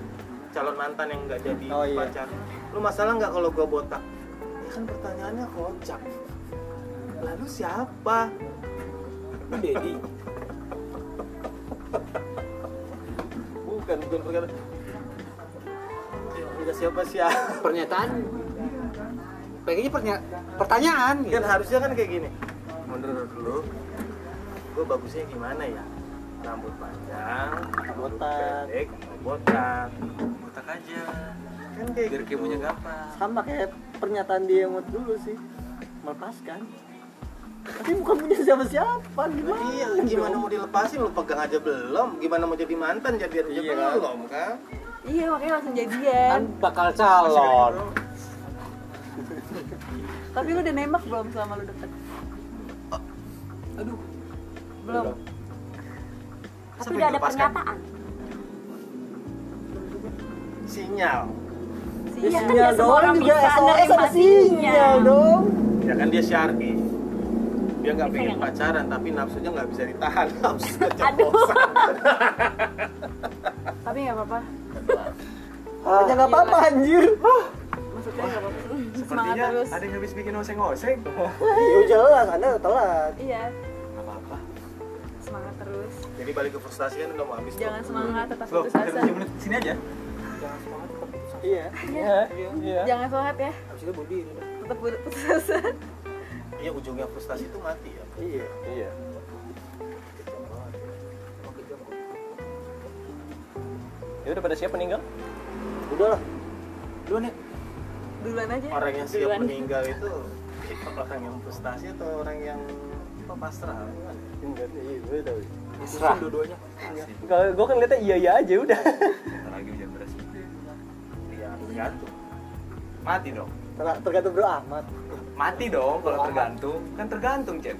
E: calon mantan yang nggak jadi
D: Oh, iya.
E: pacar lu masalah nggak kalau gue botak ya kan pertanyaannya kocak lalu siapa
D: Jadi
E: bukan bukan perkara Ya, nggak siapa siapa
G: pernyataan pengennya pernya- pertanyaan gitu.
E: kan harusnya kan kayak gini menurut lu gue bagusnya gimana ya rambut panjang botak pendek atau botak
H: Botak aja.
E: kan kayak
H: Biar
E: gitu.
H: kemonya gampang.
D: sama kayak pernyataan dia yang waktu dulu sih melepaskan. Tapi bukan punya siapa-siapa gitu. gimana?
E: Iya, gimana mau dilepasin lu pegang aja belum? Gimana mau jadi mantan jadi aja belum kan?
A: Iya, makanya langsung jadian.
G: kan bakal calon
A: Tapi lu udah nembak belum selama lu deket?
E: Aduh,
A: Belum.
C: Tapi udah ada
E: dilepaskan?
C: pernyataan
E: sinyal.
A: Sinyal.
C: Iya kan
D: Sinyal
C: gak semua
D: dong
C: orang
D: juga
C: bisa
D: SOS ada sinyal
C: nerima
D: dong.
E: Ya kan dia syar'i. Dia nggak
C: Bisa
E: pengen
C: nggak?
E: pacaran tapi nafsunya nggak bisa ditahan. Nafsunya
C: Aduh.
E: bosan.
A: Tapi nggak apa-apa.
D: Hanya nggak apa-apa anjir.
A: Maksudnya nggak apa-apa. Semangat
H: Sepertinya
A: terus.
H: ada yang habis bikin oseng-oseng.
D: Iya jelas, anda telat.
A: Iya,
H: Enggak apa-apa.
A: semangat terus.
E: Jadi balik ke frustasi kan udah mau habis. tuh.
A: Jangan semangat, tetap
H: Loh,
A: putus
H: kita
A: asa.
H: 7 menit sini aja.
D: Iya.
B: iya.
A: Jangan semangat ya,
D: Abis itu bunuh diri. udah.
A: tetap putus asa.
E: Iya ujungnya frustasi itu mati ya.
D: Iya.
B: iya ya udah pada siapa meninggal
D: Udah lah.
A: Duluan aja.
E: Orang yang siap
A: Duluan.
E: meninggal itu orang yang frustasi atau orang yang apa, pasrah?
B: enggak iya gue tahu
G: Serah.
E: Dua-duanya.
B: kalau gue kan liatnya iya iya aja udah
H: Bentar lagi hujan deras.
E: Iya, tergantung.
H: Mati dong.
D: Ter- tergantung bro Ahmad.
H: Mati dong kalau tergantung. Kan tergantung, Cep.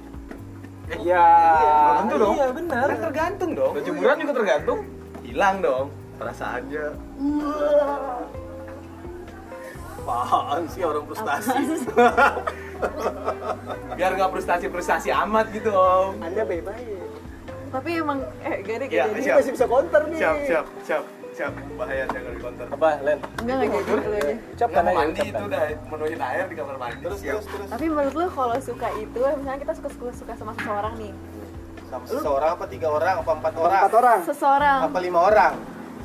G: ya
H: Tergantung dong. Iya, benar. Kan tergantung dong. Jemuran juga tergantung. Hilang dong perasaannya.
E: Apaan sih orang frustasi?
H: Biar nggak frustasi-frustasi amat gitu, Om.
D: Anda baik-baik.
A: Tapi emang eh gak
H: Iya,
A: ada kejadian.
D: Ini
H: Siap.
D: masih bisa counter nih.
H: Siap, siap, siap, siap. Bahaya jangan di counter.
B: apa Len
A: Enggak enggak jadi lu aja.
G: Iya,
B: ucapkan
H: Nggak mau
B: aja
H: mandi
B: ucapkan.
H: itu udah menuhin air di kamar mandi.
E: terus
H: siap.
E: terus terus.
A: Tapi menurut lu kalau suka itu, eh, misalnya kita suka suka, suka sama seseorang nih,
E: Sama seseorang apa tiga orang apa empat orang?
D: Empat orang.
A: seseorang,
E: Apa lima orang?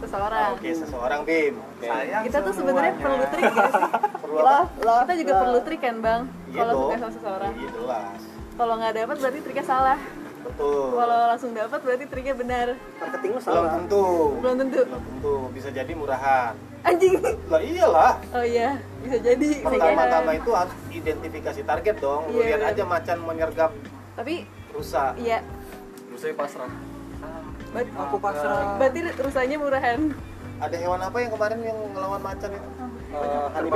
A: seseorang.
E: Oke, seseorang Bim.
H: Sayang
A: Kita tuh
H: semuanya.
A: sebenarnya perlu trik ya. gak sih?
E: Perlu
A: Kita,
E: apa?
A: kita juga perlu trik kan bang,
E: Iya
A: kalau
E: dong.
A: suka sama seseorang.
E: Iya jelas.
A: kalau nggak dapat berarti triknya salah
E: betul
A: kalau langsung dapat berarti triknya benar
D: marketing lu
E: belum
D: salah
E: tentu
A: belum tentu
E: belum tentu bisa jadi murahan
A: anjing
E: lah iyalah
A: oh iya bisa jadi bisa
E: pertama-tama
A: jadi.
E: itu harus identifikasi target dong Lu
A: Iya,
E: lihat
A: benar.
E: aja macan menyergap
A: tapi
E: rusa
A: iya
H: Rusanya pasrah.
A: ber-
F: aku pasrah
A: berarti rusanya murahan
E: ada hewan apa yang kemarin yang ngelawan macan itu
F: Eh,
E: honey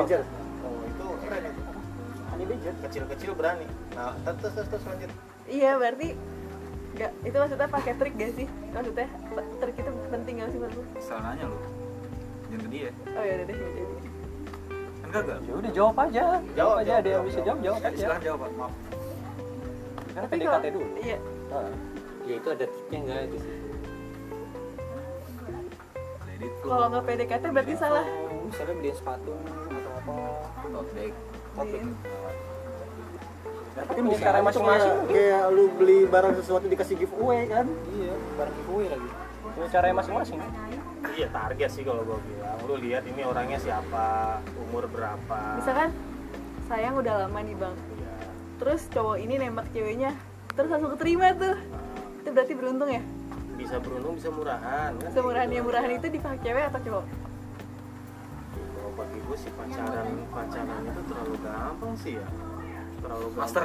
E: oh itu keren itu kecil-kecil berani nah terus terus terus lanjut
A: iya berarti nggak itu maksudnya pakai trik gak sih maksudnya pa- trik itu penting gak sih menurut lu?
H: Sarananya lu. Jangan ke
E: ya.
H: dia.
A: oh iya udah deh nggak jadi
H: Kan gagal.
B: ya udah jawab aja jawab
E: Jawab,
B: aja
E: jawab,
B: ada yang
E: jawab,
B: bisa jawab
E: jawab.
B: jawab
H: Eh,
B: aja
H: silahkan jawab, Pak. Maaf.
B: karena
A: Tapi
B: PDKT
A: kalau-
B: dulu
A: iya
B: Heeh. ya itu ada triknya nggak di situ
H: Let it go.
A: kalau nggak PDKT berarti salah
B: Iya, misalnya beliin sepatu atau apa
H: Tote bag.
A: Iya.
B: tapi beli sekarang masing-masing
D: kayak lu beli barang sesuatu dikasih giveaway kan
B: iya barang giveaway lagi punya caranya masing-masing
E: iya target sih kalau gue bilang lu lihat ini orangnya siapa umur berapa
A: misalkan sayang udah lama nih bang
E: Iya.
A: terus cowok ini nembak ceweknya terus langsung keterima tuh itu berarti beruntung ya
E: bisa beruntung bisa murahan Kan
A: semurahan
E: gitu.
A: yang murahan itu dipakai cewek atau cowok
E: kalau bagi gue sih pacaran pacaran itu terlalu gampang sih ya terlalu gampang
H: Master.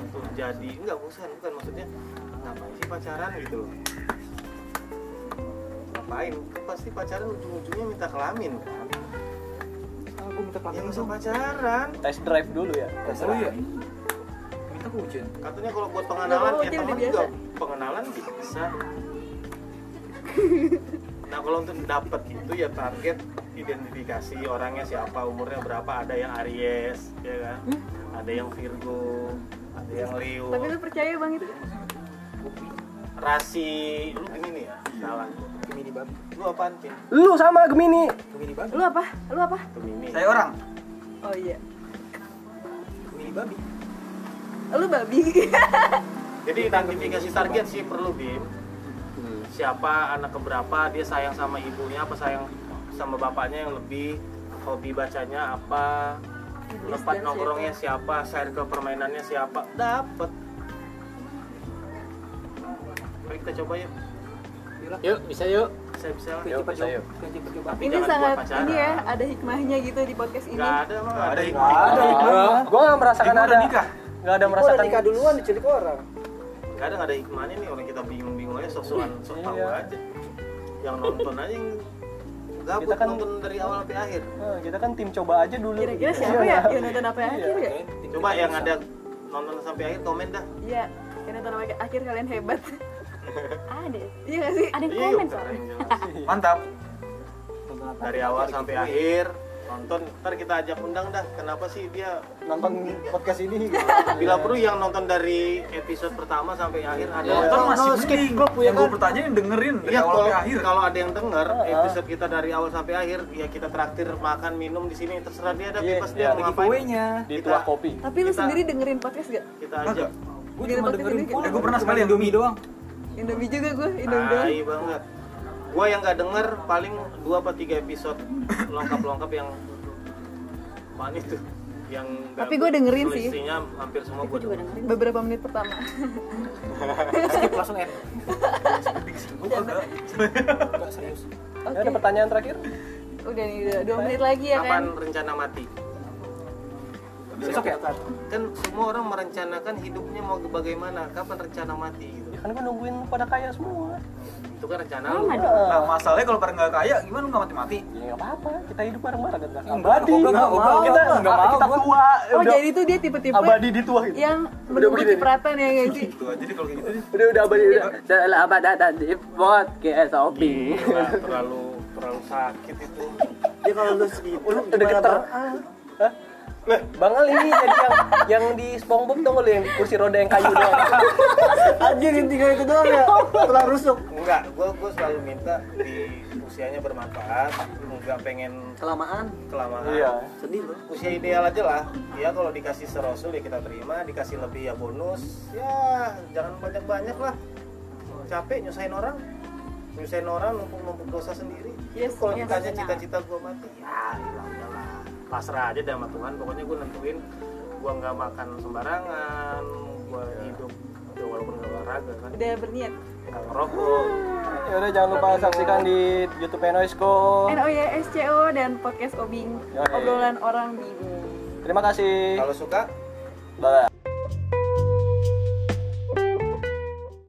E: untuk jadi enggak bukan bukan maksudnya ngapain sih pacaran gitu loh ngapain pasti pacaran ujung-ujungnya minta kelamin kan
F: aku minta
E: ya
F: kelamin
E: nggak usah
F: dong
E: pacaran
B: test drive dulu ya test
H: Oh iya.
B: drive
H: Minta ke Ujen.
E: katanya kalau buat pengenalan
A: Nggak
E: ya
A: mau,
E: teman
A: jadi
E: juga pengenalan bisa nah kalau untuk dapet itu ya target identifikasi orangnya siapa umurnya berapa ada yang Aries ya kan ada yang Virgo ada yang Leo
A: Hmm? tapi lu percaya bang itu
B: Iya,
E: rasi lu ini nih ya salah
F: Gemini bang
E: lu apaan pin
B: lu sama Gemini
F: Gemini bang
A: lu apa lu apa
E: Gemini
H: Saya orang.
A: oh iya
F: Gemini babi
A: lu babi
E: jadi identifikasi target sih perlu bim siapa anak keberapa dia sayang sama ibunya apa sayang sama bapaknya yang lebih hobi bacanya apa
A: ya,
E: tempat nongkrongnya siapa circle permainannya siapa dapet Mari kita coba yuk
G: Yuk, bisa yuk.
E: bisa bisa lah.
B: Yuk, bisa yuk.
F: ganti baju
E: tapi
A: ini
E: jangan buat
A: sangat
E: pacaran.
A: ini ya ada hikmahnya gitu di podcast ini
E: nggak ada mah ada
H: Nggak ada.
B: Gua- gua nggak merasakan
H: Ibu
B: ada
H: udah nikah.
B: nggak ada
D: Gua
B: merasakan
D: udah nikah duluan diculik orang
E: nggak ada nggak ada hikmahnya nih orang kita bingung bingung aja sok sokan sok tahu
B: Iya.
E: aja yang nonton aja yang gabut
B: Kita kan-
E: nonton dari awal sampai akhir
B: Nah, kita kan tim coba aja dulu Iya.
A: kira-kira siapa ya yang nonton apa yang akhir ya
E: coba yang ada nonton sampai akhir komen dah
A: iya yang nonton apa yang akhir kalian hebat
C: Ada,
A: iya gak sih
C: ada yang
E: Iya,
C: komen
E: keren,
C: soalnya.
E: jelas.
H: Mantap.
E: dari awal sampai akhir nonton ntar kita ajak undang dah kenapa sih dia
D: nonton podcast ini
E: bila perlu yang nonton dari episode pertama sampai akhir ada
H: Nonton
E: nonton
H: Kan
E: ya
H: masih
G: skip ya kan?
H: mending.
G: gua punya
H: Yang gue pertanyain dengerin dari
E: kan? Iya,
H: awal
E: kalau
H: sampai akhir.
E: kalau ada yang denger episode kita dari awal sampai akhir, ya kita traktir makan minum di sini terserah dia ada
B: Iya,
E: bebas
B: iya.
E: dia mau ngapain.
B: di tuah
E: Kita-
B: kopi
A: tapi lu
E: Kita-
A: sendiri dengerin podcast gak
E: Kita ajak.
F: gue
A: Gini
F: cuma
A: pasti
F: dengerin
A: gini.
F: full
H: Eh, gue pernah sekali yang Domi doang.
A: Indomie juga gue Indomie doang.
E: Tai banget. Gua yang nggak denger paling dua apa tiga episode lengkap-lengkap yang mana itu yang nggak-
A: Tapi gua dengerin sih.
E: selisihnya hampir semua gue
C: Juga
E: dengerin.
C: dengerin.
A: beberapa menit pertama
H: langsung air.
F: gue kagak
B: Ya, ada pertanyaan terakhir
A: udah nih udah dua menit lagi ya
E: Kapan
A: kan
E: rencana mati?
H: Besok ya.
E: Kan semua orang merencanakan hidupnya mau bagaimana, kapan rencana mati gitu.
B: ya kan gue nungguin pada kaya semua
E: Itu kan rencana lu.
C: Sama dong.
H: Nah, masalahnya kalau pada nggak kaya, gimana lu nggak mati-mati?
B: ya nggak apa-apa kita hidup bareng-bareng kan nggak
H: Enggak,
B: abadi
H: goblok,
B: Nggak
H: goblok.
B: kita
H: Nggak mau,
B: kita
H: gua.
B: tua
A: oh
B: udah
A: jadi itu dia tipe-tipe
B: abadi di tua gitu
A: yang menunggu cipratan ya guys sih
H: Gitu aja deh kalau kayak gitu deh.
B: udah udah abadi udah udah abadi abadi buat KSOP
E: Gila, Iya, terlalu terlalu sakit itu.
D: dia kalau lu ah, segitu
B: Lu udah geter. Hah? Bang Al ini jadi yang yang di SpongeBob tau nggak lu yang di kursi roda yang kayu doang.
D: anjir yang tinggal itu doang ya telah rusuk
E: Enggak, gua gua selalu minta di usianya bermanfaat, enggak pengen
D: kelamaan
E: kelamaan.
D: sedih lu
E: usia ideal aja lah ya kalau dikasih serosul ya kita terima dikasih lebih ya bonus ya jangan banyak banyak lah capek nyusahin orang nyusahin orang numpuk numpuk dosa sendiri
A: Yes,
E: kalau
A: yes,
E: ditanya
C: benar.
E: cita-cita gue mati ya hilang lah pasrah aja dah sama Tuhan pokoknya gue nentuin gue nggak makan sembarangan gue
G: gua hidup ya walaupun gak olahraga kan
A: udah berniat
G: gak ngerokok
E: Ya udah jangan lupa saksikan di YouTube Enoisco.
A: NOY SCO dan podcast Obing
E: Yoi.
A: obrolan orang bingung
E: Terima kasih.
I: Kalau suka
E: Bye.